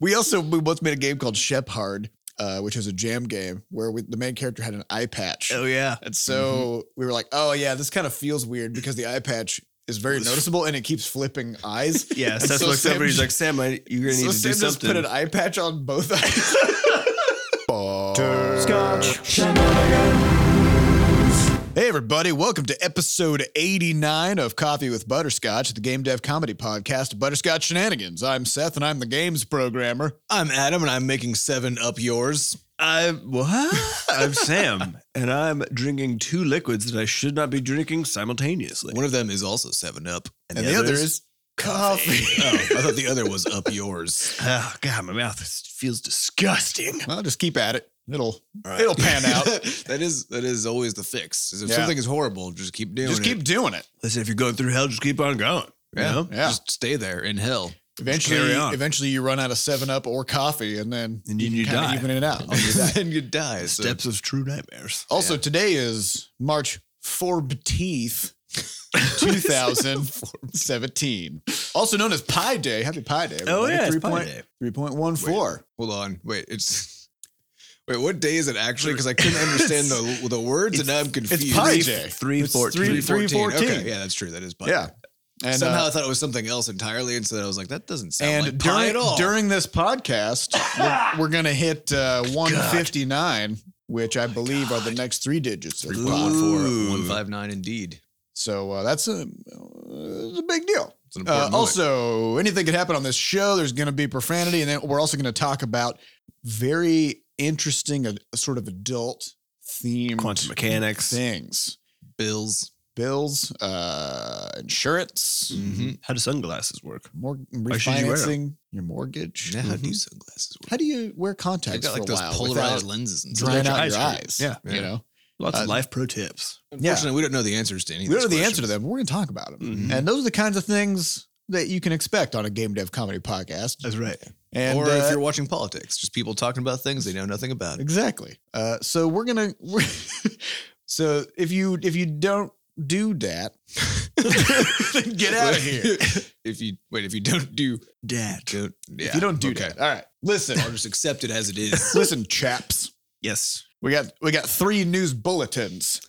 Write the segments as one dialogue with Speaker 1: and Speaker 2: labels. Speaker 1: We also we once made a game called Shep Hard, uh, which was a jam game where we, the main character had an eye patch.
Speaker 2: Oh mm-hmm. yeah.
Speaker 1: And so we were like, oh yeah, this kind of feels weird because the eye patch is very noticeable and it keeps flipping eyes.
Speaker 2: Yeah,
Speaker 1: And
Speaker 2: Seth
Speaker 1: so
Speaker 2: looks
Speaker 1: Sam
Speaker 2: over. He's
Speaker 1: just-
Speaker 2: like, Sam, I, you're gonna
Speaker 1: so
Speaker 2: need to
Speaker 1: Sam
Speaker 2: do
Speaker 1: just
Speaker 2: something.
Speaker 1: put an eye patch on both eyes. Hey, everybody, welcome to episode 89 of Coffee with Butterscotch, the game dev comedy podcast, Butterscotch Shenanigans. I'm Seth and I'm the games programmer.
Speaker 3: I'm Adam, and I'm making seven up yours.
Speaker 2: I what? I'm Sam, and I'm drinking two liquids that I should not be drinking simultaneously.
Speaker 3: One of them is also seven up,
Speaker 1: And, the, other is coffee.
Speaker 3: oh, I thought the other was up yours.
Speaker 2: Oh God, my mouth is- feels disgusting.
Speaker 1: well, just keep at it. It'll
Speaker 3: All right.
Speaker 1: it'll pan out.
Speaker 3: that is that is always the fix. Is if
Speaker 1: Yeah.
Speaker 3: something is horrible, just keep doing
Speaker 1: just
Speaker 3: it.
Speaker 1: keep doing it.
Speaker 2: Listen, if you're going through hell, just keep on going. you
Speaker 3: yeah,
Speaker 2: know?
Speaker 1: Yeah.
Speaker 3: just stay there in hell.
Speaker 1: Eventually,
Speaker 2: carry on.
Speaker 1: eventually you run out of Seven Up or coffee, and then
Speaker 2: And then you
Speaker 1: kinda
Speaker 2: die.
Speaker 1: even it out.
Speaker 3: then you die. So.
Speaker 2: Steps of true nightmares.
Speaker 1: also, today is March 14th, 2017, also known as Pi Day. Happy Pi Day!
Speaker 2: Oh, yeah, it's
Speaker 1: three
Speaker 2: Pi
Speaker 1: point
Speaker 2: Day.
Speaker 1: three point one four.
Speaker 3: Hold on, wait. It's wait. What day is it actually? Because I couldn't understand the the words, and now I'm confused.
Speaker 1: It's Pi Day.
Speaker 2: Three
Speaker 1: It's
Speaker 2: fourteen.
Speaker 1: three-
Speaker 3: Three
Speaker 1: three
Speaker 3: fourteen.
Speaker 1: fourteen.
Speaker 3: Okay, yeah, that's true. That is pi.
Speaker 1: Yeah, and uh,
Speaker 3: Somehow I thought it was something else entirely, and so then I was like, that doesn't
Speaker 1: and
Speaker 3: sound like pi
Speaker 1: during
Speaker 3: at all.
Speaker 1: during this podcast, we're, we're gonna hit uh, one fifty nine, which I believe are the next three digits. of Pi.
Speaker 2: Ooh.
Speaker 3: 159 indeed.
Speaker 1: So uh, that's a, uh, it's a big deal.
Speaker 3: It's an
Speaker 1: Uh,
Speaker 3: important moment.
Speaker 1: also, anything could happen on this show. There's going to be profanity, and then we're also going to talk about very interesting, uh, sort of adult themed
Speaker 2: Quantum mechanics.
Speaker 1: things,
Speaker 3: bills.
Speaker 1: bills, uh, insurance,
Speaker 2: Mm-hmm. How do sunglasses work?
Speaker 1: mor-
Speaker 2: Mm. should you wear 'em?
Speaker 1: refinancing your mortgage.
Speaker 3: Yeah, how do
Speaker 2: Mhm.
Speaker 3: sunglasses work?
Speaker 1: How do you wear contacts
Speaker 3: They've Mm-hmm. got
Speaker 1: for a
Speaker 3: like those
Speaker 1: while
Speaker 3: polarized
Speaker 1: without
Speaker 3: lenses and stuff.
Speaker 1: drying
Speaker 2: your
Speaker 1: out
Speaker 2: eyes
Speaker 1: your
Speaker 2: hurt?
Speaker 1: eyes?
Speaker 2: Yeah.
Speaker 1: you
Speaker 3: Yeah.
Speaker 1: know.
Speaker 2: Lots
Speaker 1: Uh,
Speaker 2: of life pro tips.
Speaker 3: Unfortunately, we don't know the answers to any of
Speaker 1: We
Speaker 3: these
Speaker 1: don't know the answer
Speaker 3: questions.
Speaker 1: to them. We're going to talk about them,
Speaker 3: Mm-hmm.
Speaker 2: Mhm.
Speaker 1: mm-hmm. and those are the kinds of things that you can expect on a game dev comedy podcast.
Speaker 2: That's right.
Speaker 1: And
Speaker 3: or
Speaker 1: uh,
Speaker 3: if you're watching politics, just people talking about things they know nothing about.
Speaker 1: Exactly. Uh, so we're gonna. We're so if you if you don't do that, then get out of here.
Speaker 3: if you wait, if you don't do,
Speaker 2: Dad.
Speaker 3: don't, yeah,
Speaker 1: if you don't do
Speaker 3: okay.
Speaker 1: that, all right. Listen,
Speaker 3: I'll just accept it as it is.
Speaker 1: listen, chaps.
Speaker 2: Yes.
Speaker 1: We got we got three news bulletins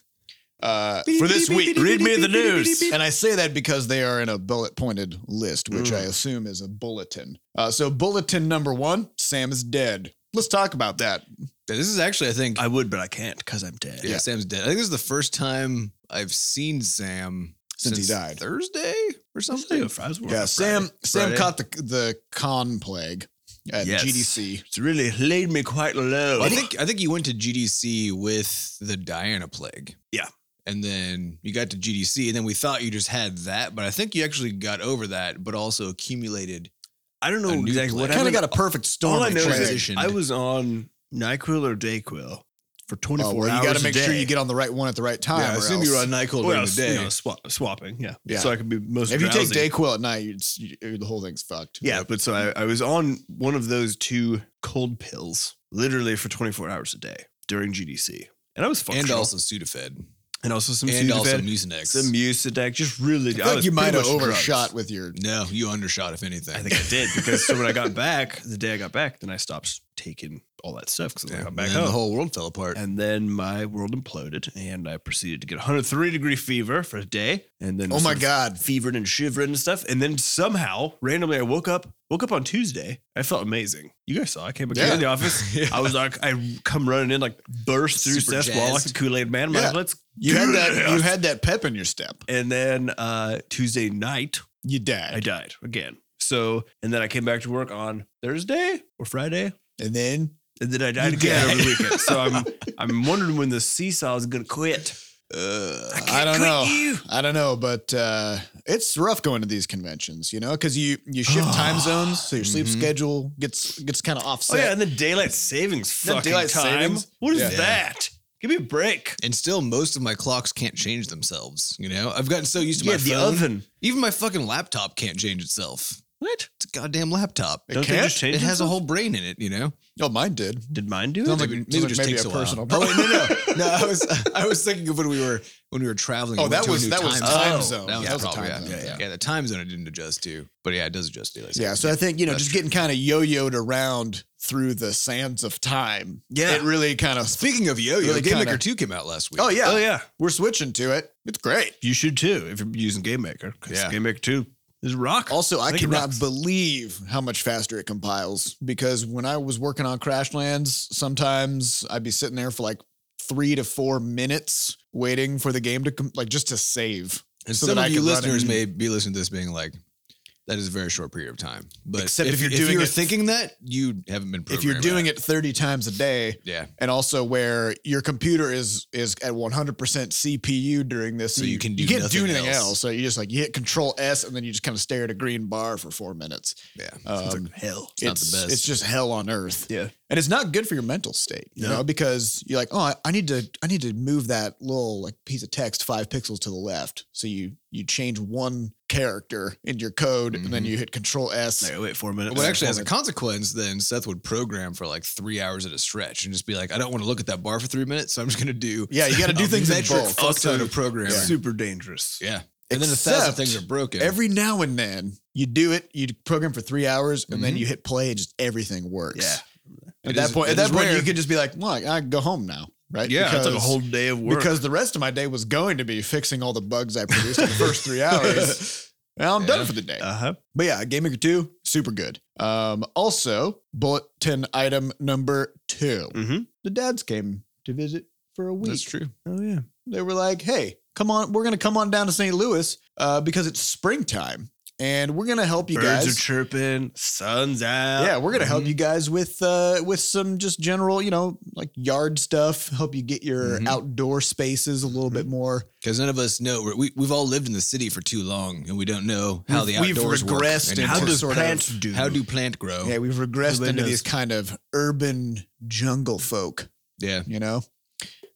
Speaker 1: uh, for this week.
Speaker 2: Read me the news.
Speaker 1: And I say that because they are in a bullet pointed list, which
Speaker 2: Mm.
Speaker 1: I assume is a bulletin. Uh, so bulletin number one: Sam is dead. Let's talk about that.
Speaker 3: this is actually, I think,
Speaker 2: I would, but I can't because I'm dead.
Speaker 3: yeah, Sam's dead. I think this is the first time I've seen Sam
Speaker 1: Since he died.
Speaker 3: Thursday or something.
Speaker 2: Something. If I was working
Speaker 1: Yeah, Sam. Sam
Speaker 3: Friday.
Speaker 1: caught the the con plague at
Speaker 2: Yes.
Speaker 1: GDC.
Speaker 2: It's really laid me quite low.
Speaker 3: Well, I think I think you went to GDC with the Diana plague.
Speaker 2: Yeah.
Speaker 3: And then you got to GDC, and then we thought you just had that, but I think you actually got over that, but also accumulated.
Speaker 2: I don't
Speaker 3: a
Speaker 2: know
Speaker 3: new
Speaker 2: exactly what
Speaker 3: plan.
Speaker 1: kind of
Speaker 2: happened.
Speaker 1: got a perfect storm.
Speaker 2: All I
Speaker 1: of
Speaker 2: know
Speaker 1: trade.
Speaker 2: is that
Speaker 3: transitioned.
Speaker 2: I was on Nyquil or Dayquil for 24
Speaker 1: Oh, well, you
Speaker 2: hours.
Speaker 1: got to
Speaker 2: a
Speaker 1: make sure
Speaker 2: day.
Speaker 1: you get on the right one at the right time.
Speaker 3: I
Speaker 1: or
Speaker 3: assume you were
Speaker 1: else-
Speaker 3: on Nyquil
Speaker 2: Well,
Speaker 3: during the day.
Speaker 2: you know, swap, swapping, yeah.
Speaker 1: Yeah.
Speaker 2: So I could be most.
Speaker 1: If you
Speaker 2: drowsy.
Speaker 1: take Dayquil at night, you just, you, the whole thing's fucked.
Speaker 2: yeah. But so I, I was on one of those two cold pills, literally for 24 hours a day during GDC, and I was
Speaker 3: and
Speaker 2: functional,
Speaker 3: also Sudafed,
Speaker 2: and also some
Speaker 3: and also
Speaker 2: Sudafed,
Speaker 3: Mucinex.
Speaker 2: some Mucinex, just really.
Speaker 1: I feel like
Speaker 2: was
Speaker 1: you might
Speaker 2: pretty
Speaker 1: have
Speaker 2: much drugs.
Speaker 1: overshot with your.
Speaker 3: no, you undershot if anything.
Speaker 2: I think I did because so when I got back, the day I got back, then I stopped taking all that stuff because I
Speaker 3: Yeah,
Speaker 2: got
Speaker 3: and
Speaker 2: back
Speaker 3: then
Speaker 2: home.
Speaker 3: the whole world fell apart.
Speaker 2: and then my world imploded, and I proceeded to get 103 degree fever for a day, and then
Speaker 1: Oh
Speaker 2: was
Speaker 1: my
Speaker 2: sort of
Speaker 1: god!
Speaker 2: fevered and shivered and stuff, and then somehow randomly I woke up, woke up on Tuesday. I felt amazing. You guys saw I came back
Speaker 1: Yeah.
Speaker 2: in the office.
Speaker 3: Yeah.
Speaker 2: I was like, I come running in like burst through
Speaker 3: Super
Speaker 2: Seth Wall like the
Speaker 3: jazzed.
Speaker 2: Kool Aid Man. I'm
Speaker 1: Yeah.
Speaker 2: like, let's
Speaker 1: You
Speaker 2: do
Speaker 1: had that.
Speaker 2: this."
Speaker 1: You had that pep in your step.
Speaker 2: and then uh, Tuesday night
Speaker 1: You
Speaker 2: I
Speaker 1: died,
Speaker 2: died again. So and then I came back to work on Thursday or Friday.
Speaker 1: and then
Speaker 2: And then I died
Speaker 1: You
Speaker 2: again
Speaker 1: died.
Speaker 2: over the weekend. So I'm I'm wondering when the seesaw is gonna quit.
Speaker 3: Uh,
Speaker 1: I don't
Speaker 2: quit
Speaker 1: know.
Speaker 2: you.
Speaker 1: I don't know, but uh, it's rough going to these conventions, you know, because you you shift time zones, so your sleep
Speaker 3: Mhm.
Speaker 1: schedule gets gets kind of
Speaker 2: Oh yeah,
Speaker 1: offset.
Speaker 2: and the daylight savings
Speaker 1: The
Speaker 2: fucking
Speaker 1: daylight
Speaker 2: time.
Speaker 1: savings?
Speaker 2: What is
Speaker 1: Yeah.
Speaker 2: that? Give me a break.
Speaker 3: and still, most of my clocks can't change themselves. You know, I've gotten so used to my
Speaker 2: yeah, the
Speaker 3: phone.
Speaker 2: oven.
Speaker 3: Even my fucking laptop can't change itself. What? It's a goddamn laptop.
Speaker 1: It
Speaker 2: Don't they
Speaker 1: can't?
Speaker 2: just change
Speaker 3: It has a
Speaker 2: themselves?
Speaker 3: whole brain in it, you know?
Speaker 1: Oh, mine did.
Speaker 2: Did mine do it?
Speaker 1: Sounds like
Speaker 3: Maybe-
Speaker 1: maybe,
Speaker 3: maybe it just
Speaker 1: maybe
Speaker 3: takes
Speaker 1: a
Speaker 3: a while.
Speaker 1: personal.
Speaker 3: Oh, wait, no, no. No, I was I was thinking of when we were when we were traveling.
Speaker 1: Oh,
Speaker 3: we went
Speaker 1: that
Speaker 3: to a
Speaker 1: was-
Speaker 3: new
Speaker 1: that was
Speaker 2: time
Speaker 3: Oh,
Speaker 1: zone.
Speaker 3: That
Speaker 1: Yeah,
Speaker 3: was, the
Speaker 1: that was a
Speaker 3: problem,
Speaker 1: time
Speaker 3: yeah.
Speaker 1: zone,
Speaker 3: Yeah,
Speaker 1: yeah.
Speaker 3: yeah, the time zone it didn't adjust to, but yeah, it does adjust to. like I said.
Speaker 1: Yeah, so I think you know,
Speaker 3: That's
Speaker 1: just getting kind of yo-yoed around through the sands of time.
Speaker 2: Yeah.
Speaker 1: it really kind of.
Speaker 3: Speaking of yo-yo,
Speaker 1: Really
Speaker 3: the Game
Speaker 1: kinda-
Speaker 3: Maker Two came out last week.
Speaker 1: Oh yeah,
Speaker 2: Oh yeah.
Speaker 1: we're switching to it. It's great.
Speaker 2: You should too if you're using Game Maker. 'cause
Speaker 3: Yeah.
Speaker 2: Game Maker 2 is rock.
Speaker 1: Also, I
Speaker 2: think it
Speaker 1: cannot
Speaker 2: rocks.
Speaker 1: believe how much faster it compiles because when I was working on Crashlands, sometimes I'd be sitting there for like three to four minutes waiting for the game to com- like just to save.
Speaker 3: and
Speaker 1: so
Speaker 3: some
Speaker 1: that
Speaker 3: of
Speaker 1: I
Speaker 3: you
Speaker 1: could run it.
Speaker 3: listeners may be listening to this being like, "That is a very short period of time." But
Speaker 1: Except if you're doing
Speaker 3: you're
Speaker 1: it-
Speaker 3: thinking that you haven't been.
Speaker 1: If you're
Speaker 3: programmed
Speaker 1: doing
Speaker 3: right.
Speaker 1: it 30 times a day,
Speaker 3: yeah,
Speaker 1: and also where your computer is is at 100% CPU during this,
Speaker 3: So you can do
Speaker 1: you can't do
Speaker 3: nothing
Speaker 1: anything else.
Speaker 3: else.
Speaker 1: So you just like you hit Control S and then you just kind of stare at a green bar for four minutes.
Speaker 3: yeah,
Speaker 1: Um,
Speaker 2: Sounds like hell.
Speaker 1: it's, it's,
Speaker 3: best.
Speaker 1: just hell on earth.
Speaker 2: Yeah.
Speaker 1: And it's not good for your mental state, you
Speaker 2: No.
Speaker 1: know, because you're like, oh, I, I need to, I need to move that little like piece of text five pixels to the left. So you you change one character in your code, and then
Speaker 3: Mhm.
Speaker 1: you hit Control S.
Speaker 2: Like, wait, four minutes.
Speaker 3: Well,
Speaker 1: Well,
Speaker 3: actually, as a
Speaker 1: it-
Speaker 3: consequence, then Seth would program for like three hours at a stretch and just be like, "I don't want to look at that bar for three minutes, so I'm just going to do."
Speaker 1: Yeah, you got to do
Speaker 3: a
Speaker 1: things in
Speaker 3: metric
Speaker 1: bulk.
Speaker 3: fuck ton of
Speaker 2: It's
Speaker 3: programming.
Speaker 2: super dangerous.
Speaker 3: Yeah, and then a thousand
Speaker 1: Except
Speaker 3: things are broken.
Speaker 1: Every now and then, you do it. You program for three hours, and then
Speaker 3: Mhm.
Speaker 1: you hit play, and just everything works.
Speaker 2: Mm-hmm. Yeah.
Speaker 1: At
Speaker 3: It
Speaker 1: that
Speaker 3: is-
Speaker 1: point, at
Speaker 3: it
Speaker 1: that
Speaker 3: is
Speaker 1: point,
Speaker 3: rare.
Speaker 1: you could just be like, "Well, I, I can go home now, right?"
Speaker 2: Yeah. it's like a whole day of work.
Speaker 1: because the rest of my day was going to be fixing all the bugs I produced in the first three hours. Now I'm done
Speaker 3: Yeah.
Speaker 1: for the day.
Speaker 2: uh huh.
Speaker 1: But yeah, Game Maker 2, super good. Um, also, bulletin item number 2
Speaker 2: Mhm.
Speaker 1: The dads came to visit for a week
Speaker 3: that's true.
Speaker 2: Oh yeah.
Speaker 1: they were like, hey, come on, we're going to come on down to St. Louis uh, because it's springtime and we're going to help you
Speaker 2: Birds are
Speaker 1: guys.
Speaker 2: chirping. Sun's out.
Speaker 1: yeah, we're going to help
Speaker 3: Mhm.
Speaker 1: you guys with uh, with some just general, you know, like yard stuff, help you get your
Speaker 3: Mhm.
Speaker 1: outdoor spaces a little bit more.
Speaker 3: Because none of us know we're- we we've all lived in the city for too long, and we don't know how the
Speaker 1: We've- we've
Speaker 3: outdoors work
Speaker 1: regressed
Speaker 3: and
Speaker 1: into
Speaker 2: How
Speaker 3: how
Speaker 1: do
Speaker 3: do
Speaker 2: does
Speaker 1: sort of-
Speaker 2: plants do?
Speaker 3: how do plant grow?
Speaker 1: Yeah, we've regressed
Speaker 2: Nobody
Speaker 1: into
Speaker 2: knows.
Speaker 1: these kind of urban jungle folk,
Speaker 3: yeah.
Speaker 1: you know?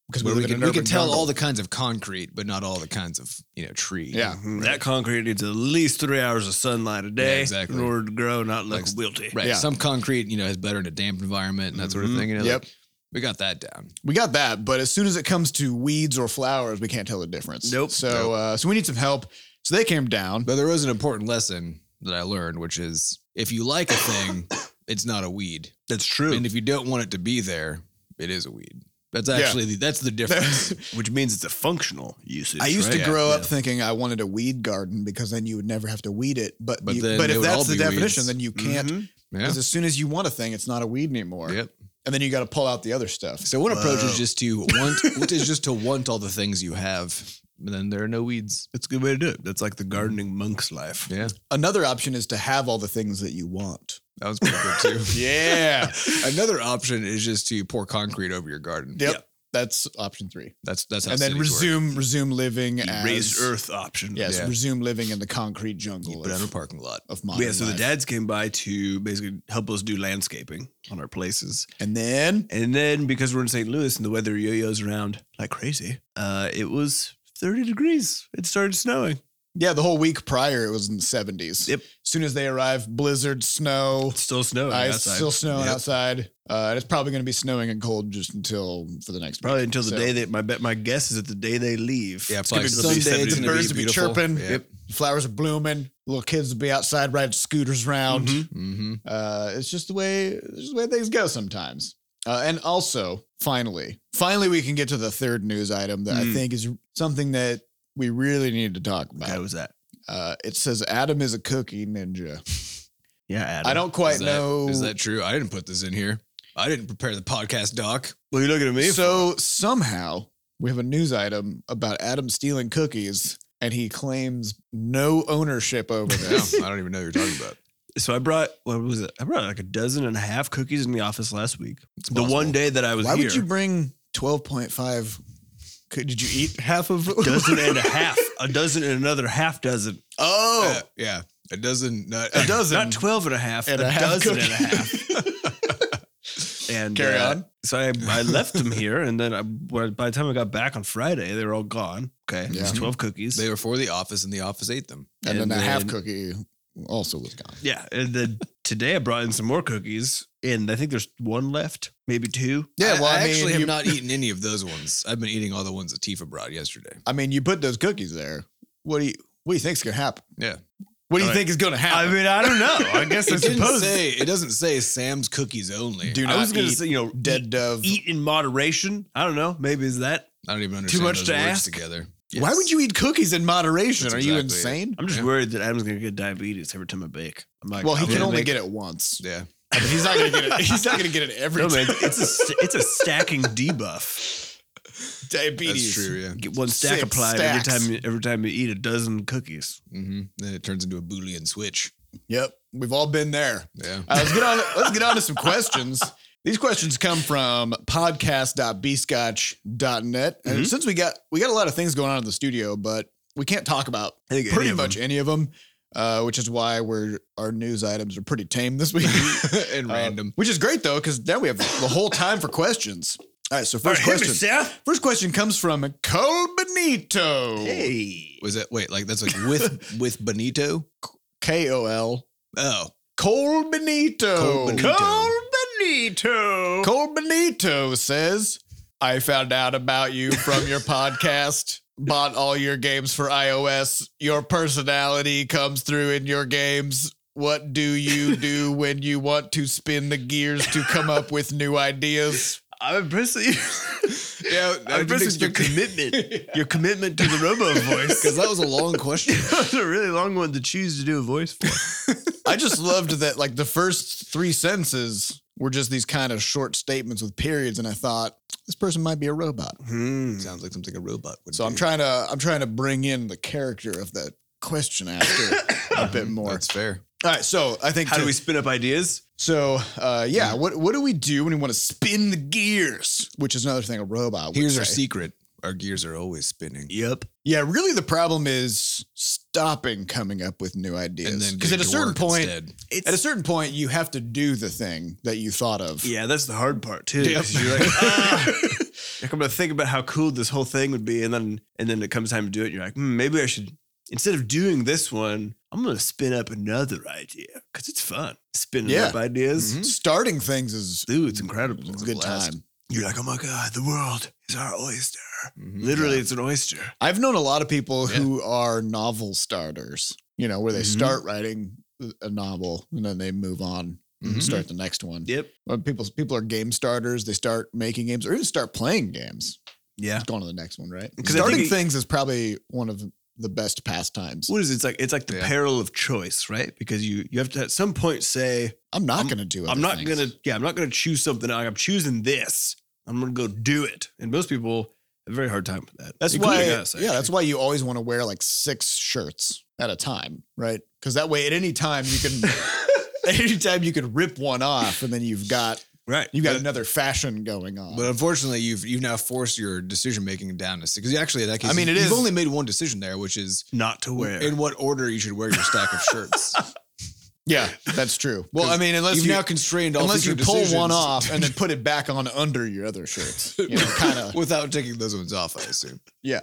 Speaker 1: Because
Speaker 3: Where we
Speaker 1: live in
Speaker 3: can
Speaker 1: an
Speaker 3: we can
Speaker 1: urban
Speaker 3: tell
Speaker 1: jungle.
Speaker 3: all the kinds of concrete, but not all the kinds of you know tree.
Speaker 1: Yeah.
Speaker 2: That concrete needs at least three hours of sunlight a day
Speaker 3: exactly.
Speaker 2: in order to grow, not look
Speaker 3: Like-
Speaker 2: wilty.
Speaker 3: Right.
Speaker 1: Yeah. Mm-hmm.
Speaker 3: Some concrete, you know, is better in a damp environment and that sort of
Speaker 2: Mhm.
Speaker 3: thing. You know,
Speaker 1: Yep.
Speaker 3: like, we got that down.
Speaker 1: We got that, but as soon as it comes to weeds or flowers, we can't tell the difference.
Speaker 2: Nope.
Speaker 1: So,
Speaker 3: Nope.
Speaker 1: Uh, so we need some help. So they came down.
Speaker 3: But there was an important lesson that I learned, which is if you like a thing, it's not a weed,
Speaker 2: That's true.
Speaker 3: and if you don't want it to be there, it is a weed. That's actually the, that's the difference.
Speaker 2: Which means it's a functional usage.
Speaker 1: I used
Speaker 2: right?
Speaker 1: to
Speaker 3: Yeah,
Speaker 1: grow up
Speaker 3: yeah.
Speaker 1: thinking I wanted a weed garden because then you would never have to weed it. But
Speaker 3: But
Speaker 1: you-
Speaker 3: then
Speaker 1: but
Speaker 3: they
Speaker 1: if
Speaker 3: would all
Speaker 1: that's the
Speaker 3: be
Speaker 1: definition,
Speaker 3: weeds. Mm-hmm.
Speaker 1: then you can't.
Speaker 2: Mhm.
Speaker 3: yeah.
Speaker 1: Because as soon as you want a thing, it's not a weed anymore.
Speaker 3: Yep.
Speaker 1: And then you got to pull out the other stuff.
Speaker 3: So one approach
Speaker 2: Whoa.
Speaker 3: is just to want, which is just to want all the things you have, and then there are no weeds.
Speaker 2: That's a good way to do it. That's like the gardening monk's life.
Speaker 3: Yeah,
Speaker 1: Another option is to have all the things that you want.
Speaker 3: that was pretty good too.
Speaker 1: Yeah.
Speaker 3: Another option is just to pour concrete over your garden.
Speaker 1: yep.
Speaker 2: Yeah.
Speaker 1: That's option three.
Speaker 3: that's that's how
Speaker 1: and then
Speaker 3: cities work.
Speaker 1: resume resume living
Speaker 2: The
Speaker 1: as
Speaker 2: raised earth option.
Speaker 1: Yes,
Speaker 3: Yeah.
Speaker 1: resume living in the concrete
Speaker 3: You
Speaker 1: jungle
Speaker 3: put on a
Speaker 1: of,
Speaker 3: parking lot.
Speaker 1: of modern
Speaker 2: Yeah, so the
Speaker 1: life.
Speaker 2: dads came by to basically help us do landscaping on our places.
Speaker 1: and then
Speaker 2: And then because we're in St. Louis and the weather yo-yos around like crazy, uh, it was 30 degrees. It started snowing.
Speaker 1: yeah, the whole week prior it was in the seventies.
Speaker 2: Yep.
Speaker 1: As soon as they arrived, blizzard, snow.
Speaker 2: It's still
Speaker 3: Oh,
Speaker 2: snowing
Speaker 1: Uh, it's
Speaker 2: outside.
Speaker 1: still snowing
Speaker 2: Yep.
Speaker 1: outside. Uh, and it's probably going to be snowing and cold just until for the next
Speaker 2: Probably
Speaker 1: week.
Speaker 2: until the
Speaker 1: So,
Speaker 2: day that my bet my guess is that the day they leave.
Speaker 3: Yeah,
Speaker 2: it's gonna be
Speaker 3: probably
Speaker 2: literally
Speaker 3: someday it's
Speaker 2: 70
Speaker 3: gonna
Speaker 1: birds will be
Speaker 3: beautiful.
Speaker 1: chirping.
Speaker 3: Yeah.
Speaker 1: Yep. Flowers are blooming. Little kids will be outside riding scooters around.
Speaker 2: Mhm.
Speaker 3: hmm
Speaker 1: Uh, it's just the way it's just the way things go sometimes. Uh, and also, finally, finally, we can get to the third news item that
Speaker 3: Hmm.
Speaker 1: I
Speaker 2: Mm.
Speaker 1: think is something that we really need to talk about.
Speaker 2: How was that?
Speaker 1: Uh, it says Adam is a cookie ninja.
Speaker 2: Yeah, Adam.
Speaker 1: I don't quite
Speaker 3: is that,
Speaker 1: know.
Speaker 3: Is that true? I didn't put this in here. I didn't prepare the podcast doc.
Speaker 2: Well, you're looking at me.
Speaker 1: So somehow we have a news item about Adam stealing cookies, and he claims no ownership over
Speaker 3: No,
Speaker 1: this.
Speaker 3: I don't even know what you're talking about.
Speaker 2: so I brought what was it? I brought like a dozen and a half cookies in the office last week.
Speaker 3: It's
Speaker 2: The one
Speaker 3: possible.
Speaker 2: day that I was
Speaker 1: Why
Speaker 2: here,
Speaker 1: would you bring twelve point five? Did you eat half of?
Speaker 2: dozen and a half, a dozen and another half dozen,
Speaker 1: oh,
Speaker 3: Uh, yeah, a dozen. Not,
Speaker 1: a dozen.
Speaker 2: not twelve and a half,
Speaker 1: Uh, And
Speaker 2: a,
Speaker 1: a half
Speaker 2: dozen
Speaker 1: cookie.
Speaker 2: and a half. and
Speaker 1: Carry
Speaker 2: uh,
Speaker 1: on.
Speaker 2: So I, I left them here, and then I, by the time I got back on Friday, they were all gone. Okay,
Speaker 1: Yeah.
Speaker 2: there's twelve cookies.
Speaker 3: They were for the office, and the office ate them.
Speaker 1: and,
Speaker 2: and
Speaker 1: then a half
Speaker 2: then-
Speaker 1: cookie also was gone.
Speaker 2: Yeah. And then today I brought in some more cookies, and I think there's one left, maybe two.
Speaker 1: Yeah, well, I, mean,
Speaker 3: actually
Speaker 1: you,
Speaker 3: have not eaten any of those ones. I've been eating all the ones that Tifa brought yesterday.
Speaker 1: I mean, you put those cookies there. What do you What do you think's gonna happen?
Speaker 3: Yeah.
Speaker 1: What do you
Speaker 2: All right.
Speaker 1: think is gonna
Speaker 2: I
Speaker 1: happen?
Speaker 2: mean, I don't
Speaker 1: Oh,
Speaker 2: know. I guess I
Speaker 3: It didn't
Speaker 2: suppose.
Speaker 3: say. It doesn't say Sam's cookies only.
Speaker 1: do
Speaker 2: I
Speaker 1: not
Speaker 2: was going
Speaker 1: eat
Speaker 2: to say, you know,
Speaker 1: dead dove.
Speaker 2: eat in moderation. I don't know. Maybe is that.
Speaker 3: I don't even understand
Speaker 2: much
Speaker 3: those
Speaker 2: to
Speaker 3: words
Speaker 2: ask?
Speaker 3: together.
Speaker 1: Why would you eat cookies in moderation?
Speaker 3: That's
Speaker 1: Are
Speaker 3: exactly
Speaker 1: you
Speaker 3: it.
Speaker 1: insane?
Speaker 2: I'm just
Speaker 3: Yeah.
Speaker 2: worried that Adam's going to get diabetes every time I bake. I'm like,
Speaker 1: Well, he
Speaker 2: I'm
Speaker 1: can
Speaker 2: gonna
Speaker 1: only
Speaker 2: make-
Speaker 1: get it once.
Speaker 3: Yeah.
Speaker 1: I mean, he's not gonna get it. He's not gonna get it every
Speaker 2: No, man,
Speaker 1: time.
Speaker 2: it's a st- it's a stacking debuff.
Speaker 1: Diabetes.
Speaker 3: That's true. Yeah.
Speaker 2: Get one stack
Speaker 1: Six
Speaker 2: applied
Speaker 1: stacks.
Speaker 2: every time you, every time you eat a dozen cookies.
Speaker 3: Mm-hmm. Then it turns into a boolean switch.
Speaker 1: Yep, we've all been there.
Speaker 3: Yeah.
Speaker 1: Uh, let's get on. let's get on to some questions. These questions come from podcast.bscotch.net. And
Speaker 2: Mhm.
Speaker 1: since we got we got a lot of things going on in the studio, but we can't talk about
Speaker 2: I think
Speaker 1: pretty much any of them, uh, which is why we're our news items are pretty tame this week.
Speaker 3: and
Speaker 1: Uh,
Speaker 3: random.
Speaker 1: which is great though, because now we have the whole time for questions. All right, so first question. First question comes from Cole Benito.
Speaker 2: Hey.
Speaker 3: Was that wait? Like that's like with with Benito.
Speaker 1: K O L.
Speaker 3: Oh,
Speaker 1: Cole Benito.
Speaker 3: Cole Benito.
Speaker 2: Benito.
Speaker 1: Cole Benito says, I found out about you from your podcast, bought all your games for iOS. Your personality comes through in your games. What do you do when you want to spin the gears to come up with new ideas?
Speaker 2: I'm impressed with you.
Speaker 3: yeah.
Speaker 2: I'm impressed with your commitment. Your commitment to the robo voice.
Speaker 3: Because that was a long question.
Speaker 2: That was a really long one to choose to do a voice for.
Speaker 1: I just loved that, like, the first three sentences were just these kind of short statements with periods. And I thought, this person might be a robot. Hmm.
Speaker 3: Sounds like something a robot would.
Speaker 1: So I'm
Speaker 3: do.
Speaker 1: trying to I'm trying to bring in the character of the question asker a bit more.
Speaker 3: Mm-hmm. That's fair.
Speaker 1: All right, so I think
Speaker 2: How do
Speaker 1: to-
Speaker 2: we spin up ideas?
Speaker 1: So uh,
Speaker 3: Mm-hmm.
Speaker 1: yeah, what what do we do when we want to spin the gears? Which is another thing a robot. Would
Speaker 3: Here's our
Speaker 1: say.
Speaker 3: secret. Our gears are always spinning.
Speaker 2: Yep.
Speaker 1: yeah. Really, the problem is stopping coming up with new ideas.
Speaker 3: And then
Speaker 1: because at a
Speaker 3: getting to
Speaker 1: certain
Speaker 3: work
Speaker 1: point,
Speaker 3: instead.
Speaker 2: It's,
Speaker 1: at a certain point, you have to do the thing that you thought of.
Speaker 2: yeah, that's the hard part too.
Speaker 1: Yep.
Speaker 2: 'cause You're like, ah, like, I'm gonna think about how cool this whole thing would be, and then and then it comes time to do it. And you're like, hmm, maybe I should instead of doing this one, I'm gonna spin up another idea because it's fun spinning
Speaker 1: Yeah.
Speaker 2: up ideas.
Speaker 3: Mhm.
Speaker 1: Starting things is
Speaker 2: Dude, Mm-hmm. it's incredible.
Speaker 1: a good
Speaker 2: blast.
Speaker 1: time.
Speaker 2: You're like, oh my god, the world is our oyster.
Speaker 3: Mhm.
Speaker 2: Literally, it's an oyster.
Speaker 1: I've known a lot of people who are novel starters. You know, where they
Speaker 2: Mhm.
Speaker 1: start writing a novel and then they move on and
Speaker 2: Mm-hmm.
Speaker 3: Mhm.
Speaker 1: start the next one.
Speaker 2: Yep.
Speaker 1: When people people are game starters, they start making games or even start playing games.
Speaker 2: Yeah.
Speaker 1: Let's go on to the next one, right?
Speaker 2: 'Cause I
Speaker 1: Starting
Speaker 2: think it-
Speaker 1: things is probably one of the best pastimes.
Speaker 2: What is it? It's like it's like the
Speaker 3: Yeah.
Speaker 2: peril of choice, right? Because you you have to at some point say,
Speaker 1: I'm not going to do it.
Speaker 2: I'm not gonna yeah, I'm not gonna choose something. Like, I'm choosing this. I'm gonna go do it. And most people have a very hard time with that.
Speaker 1: That's why.
Speaker 2: Including us,
Speaker 1: yeah, that's
Speaker 2: actually.
Speaker 1: why you always want to wear like six shirts at a time, right? Because that way, at any time you can, at any time you can rip one off, and then you've got
Speaker 2: right.
Speaker 1: you've got
Speaker 2: But
Speaker 1: another fashion going on.
Speaker 3: But unfortunately, you've you've now forced your decision making down to because actually, in that case,
Speaker 1: I mean, it
Speaker 3: you've
Speaker 1: is-
Speaker 3: only made one decision there, which is
Speaker 2: not to wear.
Speaker 3: in what order you should wear your stack of shirts.
Speaker 1: yeah, that's true. Well, I mean, unless
Speaker 3: you've
Speaker 1: you
Speaker 3: now constrained all
Speaker 1: unless you
Speaker 3: future
Speaker 1: pull one
Speaker 3: decisions
Speaker 1: off and then put it back on under your other shirts, you know, kind of.
Speaker 3: without taking those ones off. I assume.
Speaker 1: Yeah.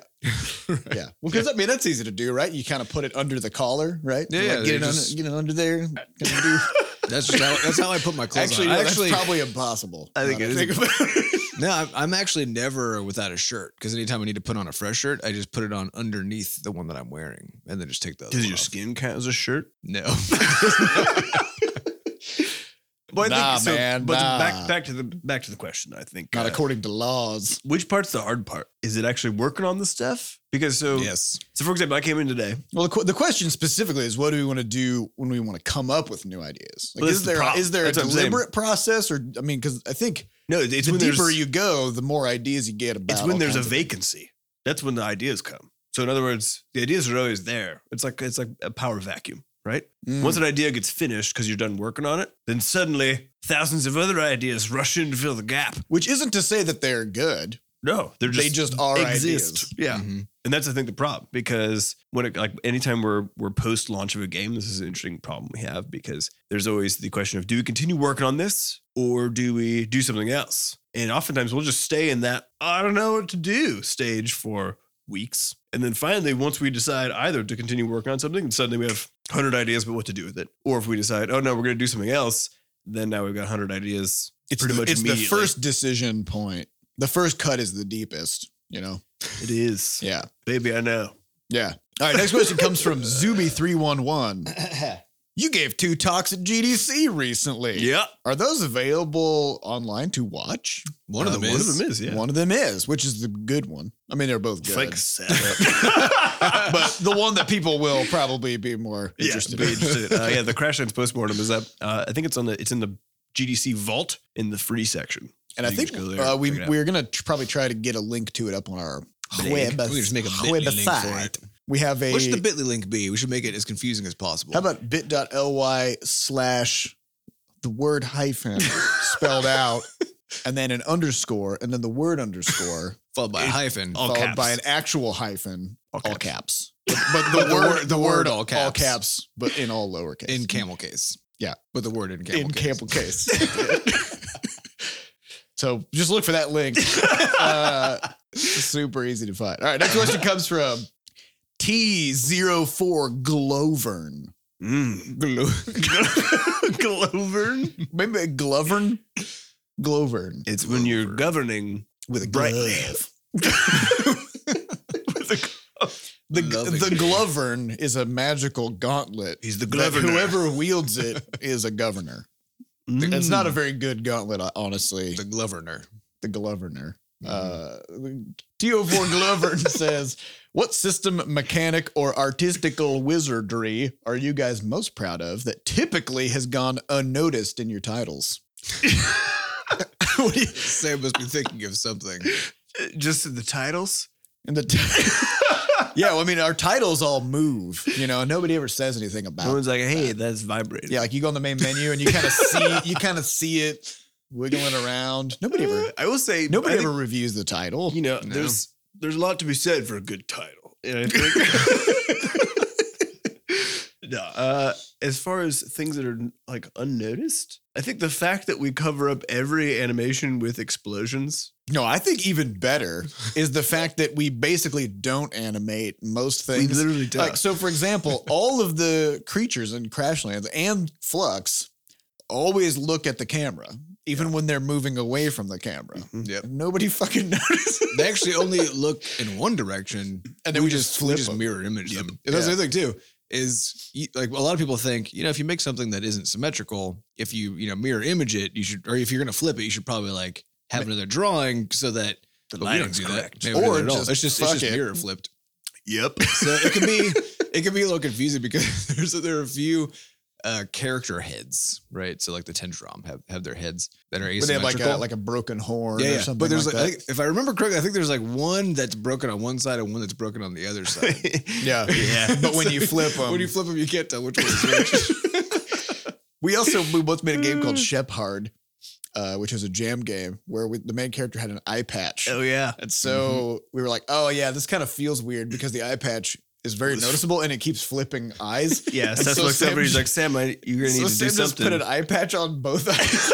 Speaker 1: Yeah. Well, because I mean that's easy to do, right? You kind of put it under the collar, right?
Speaker 3: Yeah,
Speaker 1: Like,
Speaker 3: yeah,
Speaker 1: get
Speaker 3: you
Speaker 1: it under,
Speaker 3: just-
Speaker 1: get it under there. kind of do-
Speaker 3: That's just how, that's how I put my clothes
Speaker 1: actually,
Speaker 3: on.
Speaker 1: no,
Speaker 3: I
Speaker 1: that's
Speaker 3: actually,
Speaker 1: probably impossible.
Speaker 2: I think
Speaker 1: Now
Speaker 2: it
Speaker 1: that
Speaker 2: is.
Speaker 1: I about it.
Speaker 3: no, I'm, I'm actually never without a shirt because anytime I need to put on a fresh shirt, I just put it on underneath the one that I'm wearing, and then just take the other
Speaker 2: does
Speaker 3: one
Speaker 2: your
Speaker 3: off.
Speaker 2: skin count as a shirt?
Speaker 3: No,
Speaker 2: Well,
Speaker 1: Nah, man,
Speaker 2: But
Speaker 1: nah.
Speaker 2: back back to the back to the question. I think
Speaker 1: Not
Speaker 2: uh,
Speaker 1: according to laws.
Speaker 2: which part's the hard part? Is it actually working on the stuff? Because so
Speaker 3: yes,
Speaker 2: so for example, I came in today.
Speaker 1: Well, the, qu- the question specifically is, what do we want to do when we want to come up with new ideas? Like,
Speaker 2: Well, that's
Speaker 1: is
Speaker 2: the
Speaker 1: there a-
Speaker 2: problem.
Speaker 1: is there a
Speaker 2: That's what I'm saying.
Speaker 1: deliberate process, or I mean, because I think
Speaker 2: No, it's
Speaker 1: the
Speaker 2: when
Speaker 1: deeper
Speaker 2: there's-
Speaker 1: you go, the more ideas you get about.
Speaker 2: It's when
Speaker 1: all
Speaker 2: there's a
Speaker 1: kinds of-
Speaker 2: vacancy. That's when the ideas come. So in other words, the ideas are always there. It's like it's like a power vacuum, right?
Speaker 1: Mm.
Speaker 2: Once an idea gets finished because you're done working on it, then suddenly thousands of other ideas rush in to fill the gap.
Speaker 1: Which isn't to say that they're good.
Speaker 2: No, they're just
Speaker 1: they just are ideas.
Speaker 2: Yeah,
Speaker 3: Mhm.
Speaker 2: and that's I think the problem because when it like anytime we're we're post launch of a game, this is an interesting problem we have because there's always the question of do we continue working on this or do we do something else? And oftentimes we'll just stay in that I don't know what to do stage for weeks. And then finally, once we decide either to continue working on something, suddenly we have 100 ideas about what to do with it. Or if we decide, oh no, we're going to do something else, then now we've got 100 ideas.
Speaker 1: It's
Speaker 2: pretty
Speaker 1: the,
Speaker 2: much
Speaker 1: it's the
Speaker 2: immediately.
Speaker 1: first decision point. The first cut is the deepest, you know?
Speaker 2: It is.
Speaker 1: Yeah.
Speaker 2: Baby, I know.
Speaker 1: Yeah. All right. Next question comes from Zuby311. You gave two talks at GDC recently.
Speaker 2: Yeah.
Speaker 1: Are those available online to watch?
Speaker 3: One of
Speaker 2: Uh,
Speaker 3: them is.
Speaker 2: One of them is, yeah.
Speaker 1: One of them is, which is the good one. I mean, they're both good.
Speaker 2: Like seven.
Speaker 1: but the one that people will probably be more
Speaker 2: Yeah,
Speaker 1: interested
Speaker 2: be
Speaker 1: in.
Speaker 2: interested. Uh, yeah, the Crashlands postmortem is up. Uh, I think it's on the it's in the GDC vault in the free section.
Speaker 1: And I
Speaker 2: You can
Speaker 1: think
Speaker 2: just go there
Speaker 1: uh,
Speaker 2: and
Speaker 1: we
Speaker 2: check it out.
Speaker 1: we're gonna tr- probably try to get a link to it up on our
Speaker 3: Big.
Speaker 1: web.
Speaker 3: We can just make a bit link for it.
Speaker 1: We have a
Speaker 3: What should the bit.ly link be? We should make it as confusing as possible.
Speaker 1: how about bit.ly slash the word hyphen spelled out and then an underscore and then the word underscore
Speaker 3: followed by a hyphen?
Speaker 2: All
Speaker 1: followed
Speaker 2: caps.
Speaker 1: by an actual hyphen all caps,
Speaker 3: but
Speaker 1: But the, word the word
Speaker 3: all caps.
Speaker 1: all caps but in all lowercase
Speaker 3: in camel case.
Speaker 1: Yeah.
Speaker 3: but the word in camel
Speaker 1: in
Speaker 3: case.
Speaker 1: camel case. so just look for that link. Uh, super easy to find. All right, next question comes from T04 Glovern.
Speaker 2: Mm.
Speaker 1: Glo-
Speaker 2: Glovern.
Speaker 1: Maybe a Glovern? Glovern.
Speaker 2: It's when you're governing Hmm.
Speaker 1: With a
Speaker 2: brightly.
Speaker 1: glove.
Speaker 2: with a
Speaker 1: The,
Speaker 3: Loving
Speaker 1: the
Speaker 3: it.
Speaker 1: Glovern is a magical gauntlet.
Speaker 2: He's the
Speaker 1: that
Speaker 2: governor.
Speaker 1: Whoever wields it is a governor.
Speaker 2: Mm.
Speaker 1: It's not a very good gauntlet, uh, honestly.
Speaker 3: The governor.
Speaker 1: the Gloverner. Uh, TO4 Glovern says, What system, mechanic, or artistical wizardry are you guys most proud of that typically has gone unnoticed in your titles? What do you-
Speaker 3: Sam must be thinking of something.
Speaker 2: just the titles.
Speaker 1: in the t- yeah, well, I mean, our titles all move, you know, nobody ever says anything
Speaker 2: No
Speaker 1: about it.
Speaker 2: one's like, hey, that's vibrating.
Speaker 1: Yeah, like you go on the main menu and you kind of see, you kind of see it wiggling around. Nobody ever,
Speaker 2: Uh, I will say
Speaker 1: nobody
Speaker 2: I think,
Speaker 1: ever reviews the title.
Speaker 2: you know,
Speaker 3: No.
Speaker 2: there's there's a lot to be said for a good title. And I think- no, uh, as far as things that are like unnoticed, I think the fact that we cover up every animation with explosions.
Speaker 1: No, I think even better is the fact that we basically don't animate most
Speaker 2: We
Speaker 1: things.
Speaker 2: literally don't.
Speaker 1: Like so, for example, all of the creatures in Crashlands and Flux always look at the camera, even when they're moving away from the camera.
Speaker 2: Mm-hmm.
Speaker 3: Yep.
Speaker 1: Nobody fucking notices.
Speaker 3: They actually only look in one direction,
Speaker 1: And then we just flip
Speaker 3: we just
Speaker 1: them.
Speaker 3: mirror image them.
Speaker 1: Yep.
Speaker 3: And that's the other thing too is you- like a lot of people think you know if you make something that isn't symmetrical, if you you know mirror image it, you should or if you're gonna flip it, you should probably like have another drawing so that
Speaker 2: The
Speaker 3: but we don't
Speaker 2: lighting's
Speaker 3: do
Speaker 2: correct.
Speaker 3: that. Maybe we
Speaker 1: Or
Speaker 3: don't at all.
Speaker 1: just
Speaker 3: it's just
Speaker 1: fuck
Speaker 3: it's just
Speaker 1: it.
Speaker 3: mirror flipped.
Speaker 2: Yep.
Speaker 3: So it can be it can be a little confusing because there's there are a few uh character heads, right? So like the Tendrom have have their heads that are
Speaker 1: But they have
Speaker 3: asymmetrical.
Speaker 1: like a like a broken horn or something.
Speaker 3: But there's like,
Speaker 1: like,
Speaker 3: I think- if I remember correctly, I think there's like one that's broken on one side and one that's broken on the other side.
Speaker 1: that. yeah, yeah. But when
Speaker 3: So
Speaker 1: you flip them,
Speaker 3: when you flip them, you can't tell which one is which.
Speaker 1: We also we once made a game called Shephard, uh, which was a jam game where we, the main character had an eye patch.
Speaker 2: oh yeah.
Speaker 1: And so we were like, oh yeah, this kind of feels weird because the eye patch is very
Speaker 2: Was-
Speaker 1: noticeable and it keeps flipping eyes.
Speaker 2: Yeah.
Speaker 1: And
Speaker 2: So that's
Speaker 1: so
Speaker 2: so
Speaker 1: Sam
Speaker 2: everybody's
Speaker 1: just-
Speaker 2: like, Sam, I, you're gonna
Speaker 1: so
Speaker 2: need to
Speaker 1: Sam
Speaker 2: do
Speaker 1: just
Speaker 2: something.
Speaker 1: put an eye patch on both eyes,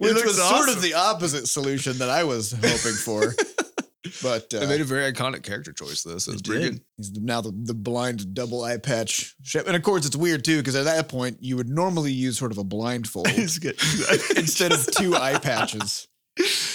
Speaker 1: which
Speaker 2: looks
Speaker 1: was sort
Speaker 2: awesome.
Speaker 1: of the opposite solution that I was hoping for. but
Speaker 3: They made
Speaker 1: uh,
Speaker 3: a very iconic character choice though, so it's
Speaker 2: It
Speaker 3: pretty
Speaker 2: did.
Speaker 3: good.
Speaker 1: he's now the, the blind double eye patch. Shep- And of course, it's weird too because at that point you would normally use sort of a blindfold
Speaker 2: It's good.
Speaker 1: instead of two eye patches.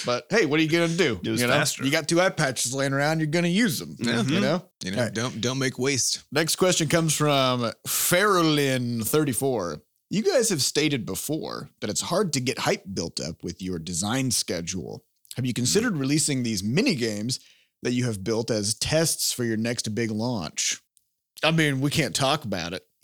Speaker 1: But hey, what are you gonna do?
Speaker 2: It was
Speaker 1: you know,
Speaker 2: faster. Mm-hmm.
Speaker 1: you got two eye patches laying around. You're gonna use them. You
Speaker 3: Mhm.
Speaker 1: know.
Speaker 3: You know,
Speaker 1: Right.
Speaker 3: don't don't make waste.
Speaker 1: Next question comes from Farolin34. You guys have stated before that it's hard to get hype built up with your design schedule. Have you considered releasing these mini games that you have built as tests for your next big launch? I mean, we can't talk about it.